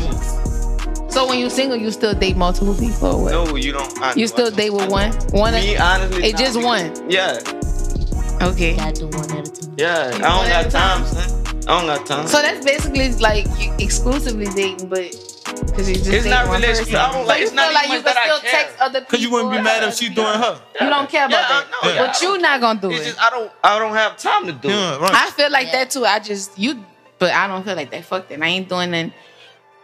E: to
C: obvious.
D: So when you single, you still date multiple people. or What?
E: No, you don't. I
D: you
E: know, I
D: still
E: know,
D: date
E: I
D: with
E: know.
D: one. One.
E: Me, honestly,
D: It
E: nah,
D: just
E: because-
D: one.
E: Yeah,
D: Okay.
A: Gotta do one at a time.
E: yeah. I
D: One
E: don't
D: at
E: got
D: a
E: time, son. I don't got time.
D: So that's basically like you exclusively dating, but because you just
E: It's
D: dating
E: not
D: one
E: relationship.
D: person.
E: I don't like-
D: So you
E: it's not
D: feel like you
E: even
D: can
E: that I
D: still
E: care.
D: text other people.
C: Cause you wouldn't be mad if she doing her.
D: You don't care about
E: Yeah,
D: that.
E: I know, yeah.
D: But you not gonna do
E: It's
D: it.
E: just I don't. I don't have time to do it.
C: Yeah, right.
D: I feel like
A: Yeah.
D: that too. I just you, but I don't feel like that. Fuck that. I ain't doing nothing.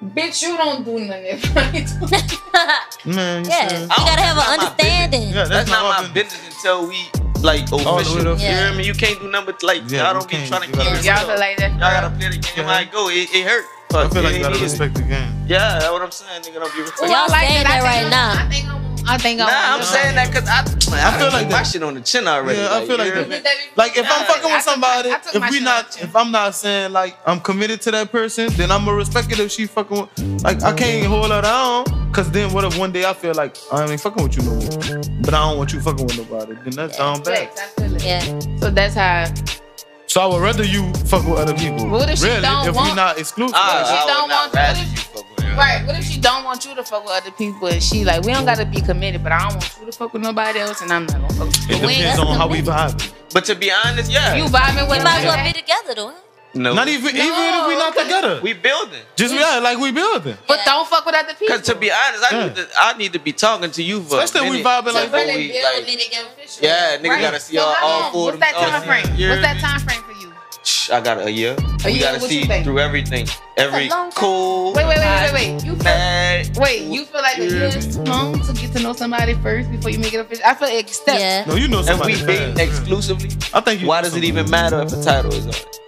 D: Bitch, you don't do nothing. If I ain't doing nothing.
C: Man, you
A: yeah,
C: said-
A: you gotta have an
E: That's not my business.
A: understanding.
C: Yeah,
E: That's, not my
C: business.
E: business until we like
C: the way
E: official.
C: to-
E: You
A: Yeah.
E: hear me? You can't do nothing but like
C: Yeah,
E: I
C: you
E: don't be
C: can't.
E: trying to
C: You gotta
E: keep it
D: Y'all feel
E: real.
D: like that.
E: Y'all gotta play the game.
C: Yeah.
E: I go. It, it hurt.
C: I feel like you
E: It
C: gotta
E: ain't easy.
C: respect the game.
E: Yeah, that's what I'm saying. Nigga, don't be
D: Ooh, I
E: respectful.
A: Y'all
D: like
A: saying that
D: I think
A: right
D: I'm-
A: now.
D: I think I'm. I think I'm.
E: Nah, I'm saying that because I, I,
C: I feel like
E: my
C: that.
E: shit on the chin already.
C: Yeah, I feel like
E: you
C: that.
E: hear me?
C: Like if I'm
E: Yeah,
C: fucking
D: I
C: with
D: took my-
C: somebody,
D: I took my
C: if we
D: shit
C: not,
D: off you.
C: if I'm not saying like I'm committed to that person, then I'ma respect it if she fucking with. Like I can't hold her down, cause then what if one day I feel like I ain't fucking with you no more, but I don't want you fucking with nobody. Then that's down bad.
D: Facts, I feel it.
A: Yeah,
D: So that's how. If
C: So I would rather you fuck with other people.
D: What if she
C: really,
D: don't
C: if we
D: want-
C: not exclusive.
E: Ah, I, I
D: don't
E: would not
D: want-
E: rather you fuck with her.
D: Right. What if she don't want you to fuck with other people? And she like, we don't gotta be committed, but I don't want you to fuck with nobody else, and I'm not gonna fuck with
C: It
D: you. We ain't-
C: depends on how we vibe.
E: But to be honest, yeah,
D: You vibing with
A: we might as well
D: me.
A: be together though.
E: no,
C: Not even even if we not together.
E: we building.
C: just yeah, like we building.
D: But don't fuck with other people.
E: Cause to be honest, I need
C: Yeah.
E: to I need to be talking to you for
C: Especially
E: a
C: we
E: minute.
C: vibing like-
E: before
D: really
E: we,
D: build
E: like,
D: it and official.
E: Yeah, nigga gotta see all-
D: how
E: all
D: long?
E: four
D: What's
E: of
D: that
E: them- all
D: time frame?
E: six.
D: What's that time frame for you?
E: Shh, I got a year. we
D: year,
E: gotta
D: what
E: see
D: you think?
E: through everything. Every
A: long time.
E: cool.
D: Wait, wait, wait, wait, wait. You feel,
E: Bad.
D: wait, you feel like a year is too long to get to know somebody first before you make it official? I feel like it's steps.
A: Yeah.
C: No, you know
E: And
C: somebody.
E: we dating exclusively.
C: I think you
E: Why does it even matter if the title is on? it?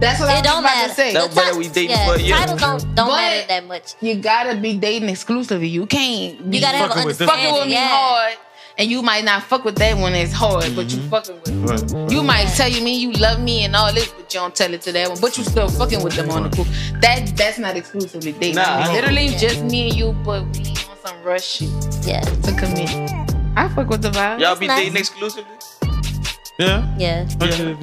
D: That's what
A: It
D: I was
A: don't
D: about
A: matter.
D: to say.
E: That- whether we dating for a year.
A: Titles don't, don't
D: But-
A: matter that much.
D: You gotta be dating exclusively. You can't. Be
A: You gotta have an
C: fucking with this
A: understanding.
D: fucking with me
A: yeah.
D: hard, and you might not fuck with that when it's hard, but
E: Mm-hmm.
D: you fucking with. me.
C: Right,
D: You might tell you me you love me and all this, but you don't tell it to that one. But you still fucking with them on the cool. That that's not exclusively dating.
E: Nah,
D: It's
E: I-
D: literally
A: Yeah.
D: just me and you, but we ain't on some rush shit
A: Yeah,
D: to commit. I fuck with the vibe.
E: Y'all be
A: nice.
E: dating exclusively?
C: Yeah.
A: yeah.
C: yeah.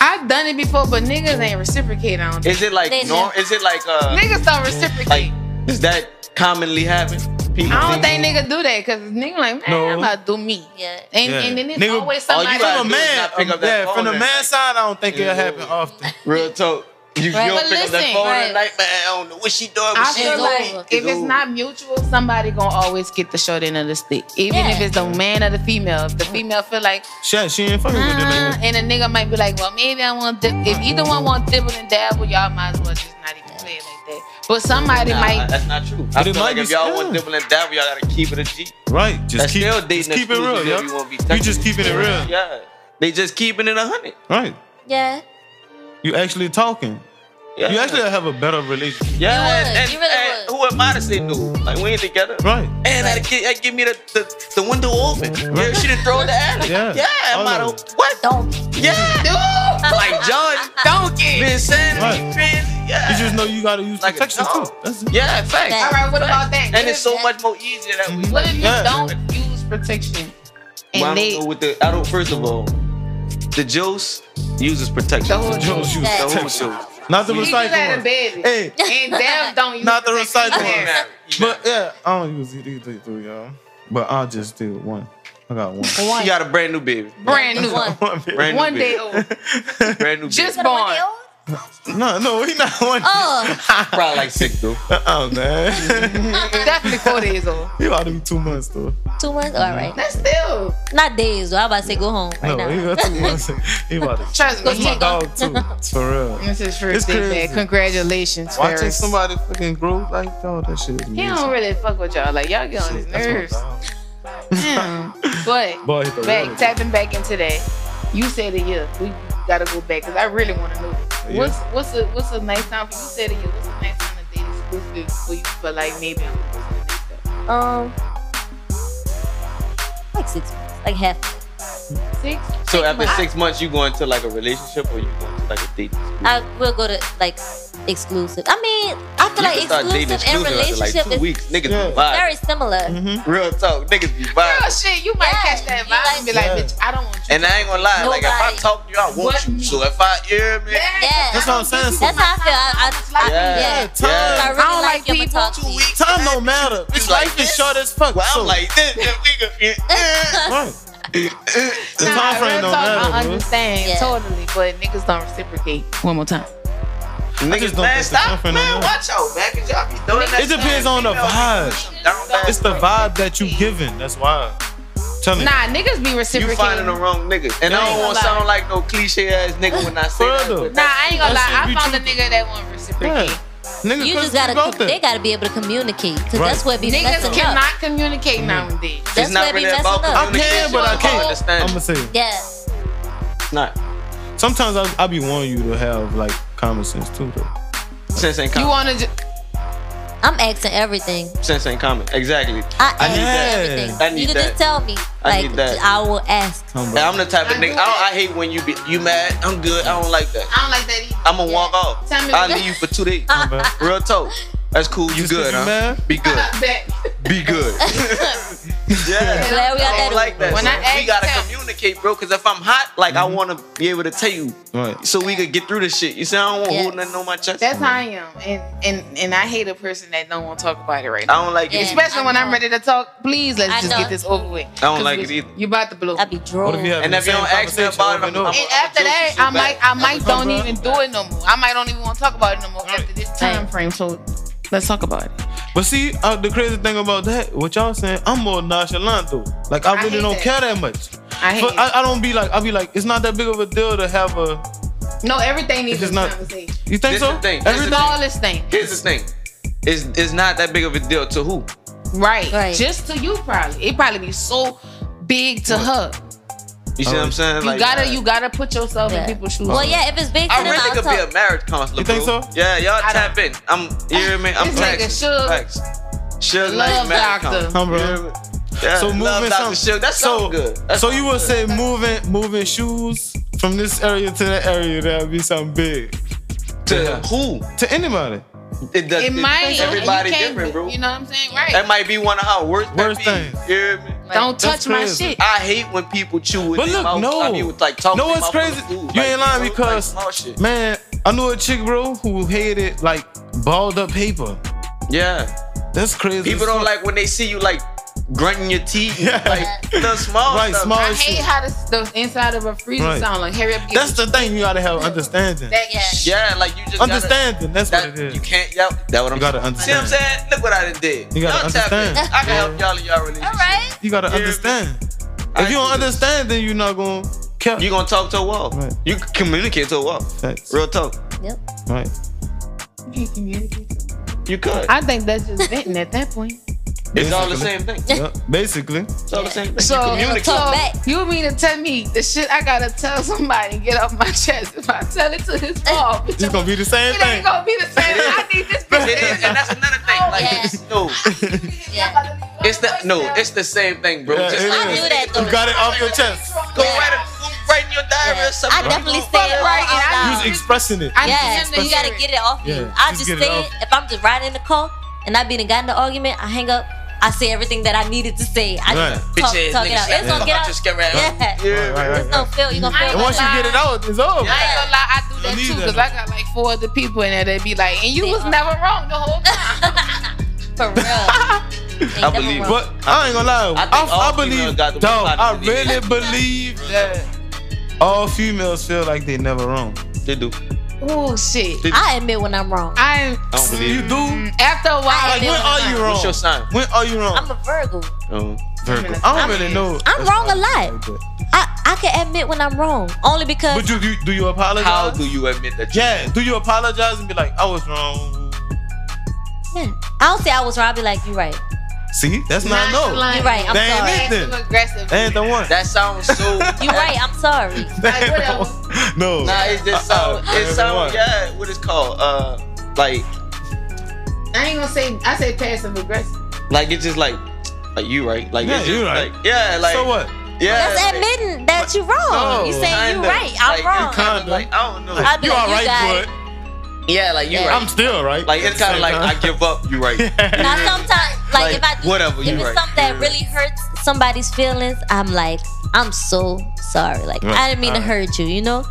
D: I've done it before, but niggas ain't reciprocating on it.
E: Is it like
A: They
E: norm?
A: know.
E: Is it like uh
D: Niggas don't reciprocate.
E: like does that commonly happen?
C: Pete.
D: I don't think nigga do that because nigga like, man,
C: No.
D: I'm about to do me.
A: Yeah.
D: And,
C: Yeah.
D: and then it's
C: Nigga,
D: always
E: all you
D: somebody.
E: gotta
C: From
E: do
C: a
E: is
C: man,
E: not pick up that
C: yeah, from
E: phone
C: the
E: and-
C: man side, I don't think
E: Yeah.
C: it'll happen often.
E: Real talk. You, you
D: Right,
E: don't
D: but
E: pick up that
D: listen,
E: phone
A: right.
E: at night, man. I don't know what she doing.
D: I
E: What she
D: feel
A: It's
D: like
A: over.
D: if it's
E: over.
D: not mutual, somebody gonna always get the short end of the stick. Even
A: Yeah.
D: if it's the man or the female. If the female feel like,
C: Shit, she ain't fucking with the
D: uh,
C: nigga.
D: and a nigga might be like, well, maybe I want. Di-. If either one want dibble and dabble, y'all might as well just not even play it like that. But somebody
E: Nah,
D: might.
E: That's not true. I
C: But it
E: feel
C: might
E: like
C: be
E: if y'all
C: still.
E: want dibble and dabble, y'all gotta keep it a G.
C: Right, just
E: That's
C: keep,
E: still
C: just
E: dating
C: keep it real,
E: exclusive
C: yeah.
E: if you wanna be
C: You just
E: touching.
C: keeping it real,
E: Yeah. They just keeping it a hundred.
C: right?
A: Yeah.
C: You actually talking.
E: Yeah.
C: You actually have a better relationship,
E: Yeah,
A: You would.
E: and,
A: You really
E: and
A: would.
E: who am I to say no? Like we ain't together.
C: right?
E: And that give, that give me the, the, the window open. Yeah, she done throw the alley.
C: Yeah.
E: Yeah, I'm
C: All
E: out
C: of
E: of what?
A: Don't.
E: Yeah.
D: Dude,
E: Like John
D: donkey.
E: been saying
C: Right.
E: man, yeah.
C: You just know you gotta use
E: Like a
C: protection too.
E: dog.
C: That's it.
E: Yeah, facts.
D: All right, what about that?
E: And it's so
A: Yeah.
E: much more easier that we
D: What if you
C: Yeah.
D: don't use protection? And
E: Well, I
D: they
E: don't know what the I don't first of all, the juice uses protection.
D: The whole
C: Jones
D: juice.
C: use
A: Yeah.
C: protection, not the
D: You just had a
C: recycling.
D: baby.
C: Hey,
D: And Dev don't use
C: Not the
D: protection
C: recycling.
D: either.
C: but yeah, I don't use these three, y'all. But I'll just do one. I got one.
E: she got a brand new baby.
D: Brand new.
A: One.
C: One baby.
E: Brand new
D: One
E: baby.
D: day old.
E: Brand new
D: Just
E: baby.
A: But when
D: born.
A: they old-
C: No, no, he not one.
A: Oh,
E: probably like six though.
C: Oh man,
D: Definitely four days old.
C: he about to be two months though.
A: two months? All right.
D: That's still.
A: Not days, though. I about to say go home right
C: No, he
A: now.
C: about two months. He about to.
D: Trust me.
A: Let's
D: he-
A: take off.
C: Dog too, for real.
D: This is
C: It's
D: first day
C: crazy.
D: back. Congratulations,
C: Watching
D: Ferris.
C: somebody fucking grow like dog, that shit is
D: He
C: amazing.
D: don't really fuck with y'all. Like y'all get on his nerves. Damn. But
C: Boy, hit the
D: back
C: water.
D: tapping back into that. You said a year. We gotta go back because I really want to know.
C: Yeah.
D: What's what's a what's a nice time for you said a year? What's a nice time to date exclusively for you? But like maybe I'm gonna do something like
A: Um, like six months, like half.
D: that. six.
E: So after
D: months.
E: six months, you go into like a relationship or you go into like a date?
A: I will go to like exclusive. I mean, I feel like
E: you can start dating
A: exclusive, and
E: after like
A: relationship
E: two
A: is
E: weeks. Niggas
C: Yeah.
E: be vibing.
A: very similar.
C: Mhm.
E: Real talk, niggas be
D: Real
E: vibing.
D: shit. You might
A: Yeah,
D: catch that
A: you
D: vibe
A: like-
D: and be like,
C: Yeah.
D: bitch, I don't want you.
E: And I ain't gonna lie, like if
A: Nobody.
E: I talk to you, I want
D: What?
E: you. So if I, yeah, man.
A: Yeah.
C: That's what I'm saying. So
A: That's how I feel. I, I,
E: Yeah.
A: I, yeah.
E: Yeah.
A: If I
E: I
A: really
D: don't
A: like,
D: like
A: you, I'ma
D: people
A: talk
D: too
A: to you.
D: weak.
C: Time don't matter. This
E: It's like
C: life is
E: this.
C: short as fuck.
E: Well,
C: so,
E: I'm like this, then we could be. eh.
C: right. The
D: Nah,
C: time
D: real
C: frame don't
D: talk, I
C: matter, bro.
D: understand
A: Yeah.
D: totally, but niggas don't reciprocate. One more time.
E: Niggas,
C: just don't
E: man,
C: think the
E: stop,
C: girlfriend
E: man.
C: don't know.
E: Watch out, man, cause y'all be doing that.
C: It depends
E: shit.
C: on the
E: Female niggas
C: vibe.
E: be some down bad
C: It's the
E: girls.
C: vibe that you giving. That's why. Tell me.
D: Nah, niggas be
E: You
D: reciprocating.
E: finding the wrong nigga, and
C: Yeah.
E: I don't want
D: Lie.
E: to sound like no cliche ass nigga when I say that.
C: Further.
E: but
D: Nah,
E: that's-
D: I ain't gonna
C: That's it,
D: lie.
C: we
D: I found a
C: truth-
D: nigga that won't reciprocate.
C: Yeah. Nigga,
A: You
C: cause
A: just gotta,
C: about
A: com- they
C: that.
A: gotta be able to communicate, cause
C: Right.
A: that's what be
D: Niggas
A: messing
D: cannot
A: up.
D: communicate nowadays.
A: That's
E: not
A: what be
E: really
A: messing
E: about
A: up.
C: I can, but I can't.
E: Understand.
C: I'm gonna say. it.
A: Yeah,
E: It's not.
C: Sometimes I, I be wanting you to have like common sense too, though.
E: Sense ain't
D: You
E: common.
D: wanna ju-
A: I'm asking everything.
E: Sense ain't common. Exactly.
A: I ask
E: I need that.
A: everything.
E: I need
A: you can
E: that.
A: just tell me.
E: I
A: Like
E: need that.
A: I will ask.
C: Come
E: And
C: on,
E: I'm the type of nigga.
D: I do
E: I, don't,
D: that.
E: I hate when you be you mad. I'm good. I don't like that.
D: I don't like that either.
E: I'm gonna walk off.
D: Tell me
E: I
D: what-
E: leave you for two days.
C: bro. Come on, bro.
E: Real talk. That's cool. You
C: Just 'cause
E: good,
C: you
E: huh?
C: mad?
E: Be good.
D: That-
E: Be good. yeah.
A: Glad we got
E: I
A: that.
E: don't like that.
D: When
E: so
D: I ask
E: we gotta
D: them-
E: communicate, bro. Cause if I'm hot, like
C: Mm-hmm.
E: I wanna be able to tell you,
C: Right.
E: so we could get through this shit. You see, I don't want to
A: Yes.
E: hold nothing on my chest.
D: That's how I am, and and and I hate a person that don't want to talk about it right now.
E: I don't like
A: Yeah.
E: it.
D: Especially when
A: I
D: I'm
A: know.
D: ready to talk. Please, let's
A: I
D: just
A: know.
D: get this over with.
E: don't like it either.
D: You about to blow.
A: I be drunk.
C: What if you have
E: And
C: the
E: if you
C: same
E: don't ask me
C: conversation
E: about it,
C: over and
E: I'm-
C: over?
D: And after
E: I'ma
D: that,
E: joke you
D: I might, I might
C: Come
D: don't
C: on,
D: even do it no more. I might don't even want to talk about it no more
C: Right.
D: after this time frame. So let's talk about it.
C: But see, uh, the crazy thing about that, what y'all saying, I'm more nonchalant though. Like
D: I
C: I really
D: hate
C: don't
D: that.
C: care that much.
D: I hate.
C: But I, I don't be like, I be like, it's not that big of a deal to have a.
D: it. No, everything needs
C: It's
D: a
C: not-
D: conversation.
C: You think
E: This
C: so?
E: the thing. This
D: The
C: Everything.
D: smallest thing,
E: Here's the thing. It's, it's not that big of a deal to who.
D: right?
A: Right.
D: Just to you, probably. It probably be so big to her.
E: You see
C: Oh.
E: what I'm saying?
D: You gotta, you gotta put yourself in people's shoes.
A: Well, yeah, if it's big to
E: I
A: them,
E: really
A: I'll
E: could be
A: talk.
E: a marriage counselor.
C: You think
E: bro.
C: so?
E: Yeah, y'all
D: I
E: tap in. I'm, you hear me? I'm
D: This nigga
E: flexing.
D: Suge.
E: Flex. Suge like
D: Love
E: marriage
D: doctor.
E: counselor.
C: Come, bro.
E: You hear me? Yeah,
C: So
E: love
C: moving
E: doctor
C: some,
E: Suge. That
C: so
E: sounds good. That
C: so
E: sound
C: you would
E: good.
C: say moving moving shoes from this area to that area that would be something big
E: to who?
C: to anybody.
E: It, does,
D: it might.
E: Everybody
D: you can't-
E: different, bro.
D: You know what I'm saying? Right.
E: that might be one of our worst.
C: Worst
E: pet
C: things.
E: peeves. You hear me?
D: Don't
C: That's
D: touch my
C: crazy.
D: shit.
E: I hate when people chew with
C: But
E: their
C: look,
E: mouth.
C: no.
E: I mean, with, like talking
C: No,
E: their
C: it's
E: mouth full of
C: crazy.
E: food.
C: You
E: Like,
C: ain't lying
E: know,
C: because-
E: like, small shit.
C: Man, I knew a chick, bro, who hated like balled up paper.
E: yeah,
C: That's crazy.
E: People don't like when they see you like grunting your teeth,
C: Yeah.
E: like the small
C: Right,
E: stuff.
C: small
D: I
C: shit.
D: hate how the, the inside of a freezer
C: Right.
D: sound like. Hurry up, get
C: That's
D: it.
C: the thing you gotta have understanding.
D: that, yeah.
E: Yeah, like you just gotta-
C: Understanding. That's what it
E: that,
C: is.
E: you can't. Yep, that what I'm.
C: You gotta
E: See what I'm
C: understand.
E: saying? Look what I done did.
C: You gotta
E: all tap in.
C: understand.
E: I can help y'all in y'all
B: All
E: relationship.
B: right.
C: You gotta
E: Yeah, man.
C: understand.
E: I
C: If you don't
E: can do this.
C: understand, then you're not gonna care.
E: you gonna talk to a wall.
C: Right.
E: You can communicate to a wall.
C: Facts.
E: Real talk.
A: Yep.
C: Right.
E: You could.
D: I think that's just venting at that point.
E: it's all the
C: Basically.
E: same thing.
C: Yeah, basically.
E: It's all the same thing.
D: So,
E: you
D: you,
E: communicate.
A: talk back.
D: you mean to tell me the shit I gotta tell somebody and get off my chest if I tell it to his mom?
C: It's gonna be the same
D: It ain't
C: thing.
D: gonna be the same. I need this bitch.
E: It is, and that's another thing.
D: Oh,
E: Like,
A: yeah.
E: no, it's not. No, it's the same thing, bro.
C: Yeah,
E: Just
C: it
A: I
C: is.
A: do that though.
C: You got it off your chest.
E: go write, a, go write in your diary
A: Yeah.
E: or something.
A: I definitely say it right
D: Right, and I
A: out
D: use
A: loud.
C: You're expressing it.
D: I
A: Yes,
D: need him to
A: you gotta
D: hear it.
A: get it off you.
C: Yeah,
A: I
C: just
A: just
C: get it
A: say
C: off.
A: it. If I'm just riding in the car and I be done got in the argument, I hang up. I say everything that I needed to say. I
C: Right.
A: just talk,
E: Bitch ass
A: talk it
E: nigga,
A: out. It's gonna
E: shut
A: get
E: the fuck out
A: out.
E: your scare ass.
A: Yeah.
C: Right, right, right,
A: It's
C: right.
A: gonna feel. You gonna
D: I
A: feel.
C: And
D: ain't
C: once you get it out, it's over.
D: I ain't gonna lie, I do
C: Don't
D: that
C: need
D: too
C: that,
D: because I got like four other people in there that be like, and you
A: They
D: was
A: are.
D: never wrong the whole time.
A: for real. Ain't
E: I
A: never
E: believe
A: wrong.
C: But I ain't gonna lie. I,
E: I think all
C: I,
E: females
C: believe,
E: got the
C: dog.
E: mentality
C: I
E: to be
C: really
E: like-
C: believe that all females feel like they never wrong.
E: They do.
D: oh shit!
A: I admit when I'm wrong.
D: I'm
E: I don't
C: You
E: believe. it. Mm-hmm.
C: do.
D: mm, after a while.
A: I
C: Like when are you wrong?
E: What's your sign?
C: When are you wrong?
A: I'm a Virgo.
E: Oh.
C: Virgo. I don't really know.
A: I'm wrong a lot. I, I can admit when I'm wrong only because
C: But you do, do you apologize?
E: How do you admit that? you-
C: yeah. Do you apologize and be like, I was wrong?
A: yeah, I don't say I was wrong. I be like, you right.
C: See, that's not no.
A: You right. I'm
C: They ain't
A: sorry.
C: it.
D: Too
C: Listen.
D: aggressive.
C: That ain't the one.
E: That sounds so.
A: You right. I'm sorry.
C: That ain't
D: Like,
C: the one. No.
E: Nah, it just
C: Uh-uh,
E: sound. It
C: that ain't
E: sound.
C: the one.
E: Yeah, what it's called? Uh, like,
D: I ain't gonna say. I say passive aggressive.
E: like it's just like, like you right? Like
C: Yeah,
E: it's
C: you
E: just
C: right.
E: Like, yeah, like.
C: So what?
E: Yeah.
A: That's
E: like,
A: admitting that you're wrong.
C: No,
A: you saying you
E: kinda.
A: right. I'm
E: Like,
A: wrong.
E: It's kind of
C: Kinda.
E: like I don't know.
A: I be
C: you
A: like,
C: all
A: you got
C: right,
A: it.
C: but
E: yeah, like you
A: Yeah.
E: right.
C: I'm still right.
E: Like it's kind of like I give up. You right.
A: Now sometimes, like,
E: Like,
A: if I do,
E: whatever,
A: if
E: you
A: it's
E: right.
A: something that
E: Yeah.
A: really hurts somebody's feelings, I'm like, I'm so sorry. Like
C: Right.
A: I didn't mean to
C: Alright.
A: hurt you. You know?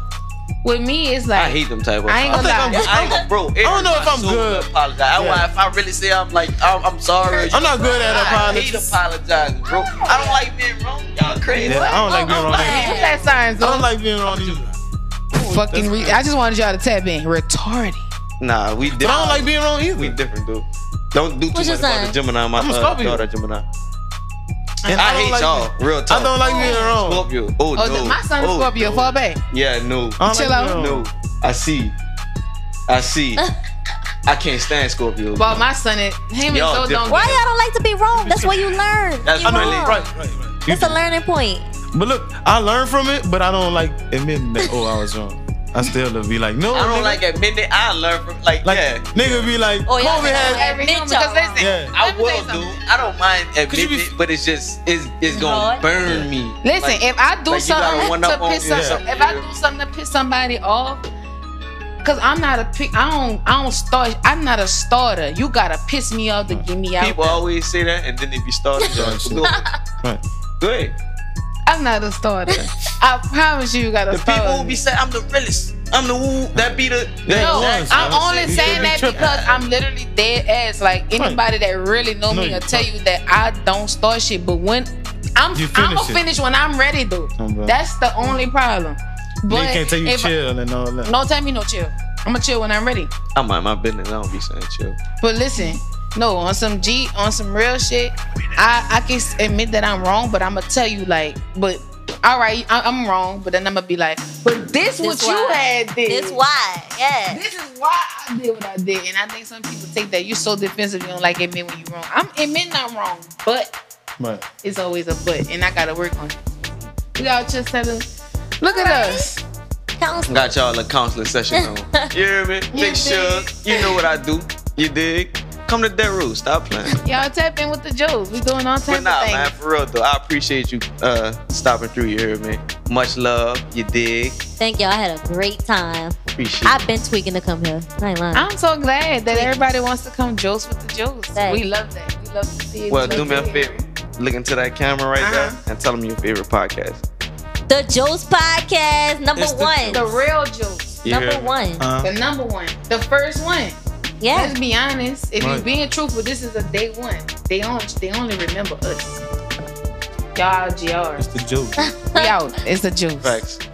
D: With me, it's like
E: I hate them type of.
D: I ain't gonna
E: I
D: lie.
E: think I'm, I ain't, bro, I
C: don't know if I'm good.
E: Apologize. I,
C: Yeah.
E: if I really say I'm like I'm, I'm sorry.
C: I'm not good at
E: I hate
C: apologizing.
E: apologizing, bro. I don't like being wrong. Y'all crazy.
C: Yeah, I don't like being wrong. either.
D: What's that sign?
C: I don't like oh, being wrong either.
D: fucking. Re- I just wanted y'all to tap in. Retarded.
E: Nah, we
C: But
E: different.
C: I don't like being wrong
E: We
C: either.
E: different, dude. Don't do too
A: What's
E: much
A: your
E: about
A: sign?
E: the Gemini. My
C: I'm a
E: uh,
C: Scorpio.
E: daughter Gemini.
C: And
E: I,
C: don't
E: hate
C: like
E: y'all.
C: being-
E: Real talk.
C: I don't like being wrong.
E: Scorpio. Oh,
D: Oh,
E: no.
D: my son is
E: oh,
D: Scorpio.
E: no.
D: Fall back.
E: Yeah, no.
C: I don't
D: Chill
C: like
D: out.
C: being wrong.
E: No. I see. I see. I can't stand Scorpio.
D: But my son is him
E: Y'all
D: and Zoe
E: different.
D: don't.
A: Why y'all don't like to be wrong? That's where you learn.
E: That's
A: you
E: really-
A: wrong.
C: Right, right, right.
A: It's a learning point.
C: But look, I learned from it, but I don't like admitting that. Oh, I was wrong. I still be like, no.
E: I don't
C: nigga.
E: like admitting I learn from like,
C: Like,
E: yeah.
C: nigga be like,
A: Oh, yeah.
C: Kobe had.
D: Every human,
A: Bitch, y'all
D: because listen,
A: wrong.
C: Yeah.
E: I
D: Let me
E: will
D: tell you
E: do.
D: something.
E: I don't mind
C: Could you
E: admitting
C: be-
E: it, but it's just it's it's gonna
A: hard.
E: burn me.
D: Listen,
E: Like,
D: if I do
E: like you gotta
D: something
E: one
D: to
E: up on
D: piss
E: me or
D: some-
E: something.
D: if I do something to piss somebody off, cause I'm not a pick. I don't. I don't start. I'm not a starter. You gotta piss me off to get me out.
E: people always say that, and then they be starting.
C: Yeah, shit.
E: Go ahead.
C: Right.
E: Go ahead.
D: I'm not a starter. I promise you, you gotta.
E: The people who be saying I'm the realest, I'm the woo, that be the that
D: No,
C: ones,
D: I'm
C: man.
D: only
C: You
D: saying
C: be
D: that
C: tripping.
D: because I'm literally dead ass. Like anybody that really know
C: No,
D: me
C: you
D: will tell you that I don't start shit. But when I'm,
C: You
D: I'm
C: finish
D: gonna
C: it.
D: finish when I'm ready though.
C: Mm, bro.
D: That's the only problem. But
C: Nigga can't tell you
D: if-
C: chill and all that.
D: No, tell me no chill. I'ma chill when I'm ready.
E: I mind my business. I don't be saying chill.
D: But listen, no, on some G, on some real shit, I I can s- admit that I'm wrong, but I'ma tell you like, but all right, I, I'm wrong, but then I'ma be like, but this, what
A: This
D: you
A: why.
D: had did.
A: It's why. Yeah.
D: This is why I did what I did, and I think some people take that you're so defensive. You don't like admit when you're wrong. I'm admitting I'm wrong, but
C: Right.
D: it's always a but, and I gotta work on it. We all just having. Look at us.
A: Counts.
E: Got y'all a counseling session on. You hear me? Make sure you know what I do. You dig? Come to Dead Roost. Stop playing.
D: Y'all tap in with the jokes. We doing all types
E: But nah,
D: of things.
E: man, for real though, I appreciate you uh stopping through. You hear me? Much love. You dig?
A: Thank y'all. I had a great time.
E: Appreciate.
A: I've been tweaking to come here. I ain't lying.
D: I'm so glad that everybody wants to come jokes with the jokes.
A: Thanks.
D: We love that. We love to see it.
E: Well,
D: We
E: do
D: love
E: me a
D: to hear
E: favor. Look into that camera right
D: Uh-huh.
E: there and tell them your favorite podcast.
A: The Joe's Podcast, number
C: It's the
A: one.
D: it. The real jokes.
E: You
A: number
E: hear me?
A: one.
C: Uh,
D: The number one. The first one.
A: Yeah.
D: Let's be honest. If you
C: Right.
D: being truthful, this is a day one. They only they only remember us. Y'all, gr.
C: It's the joke.
D: We out. It's the juice.
E: Facts.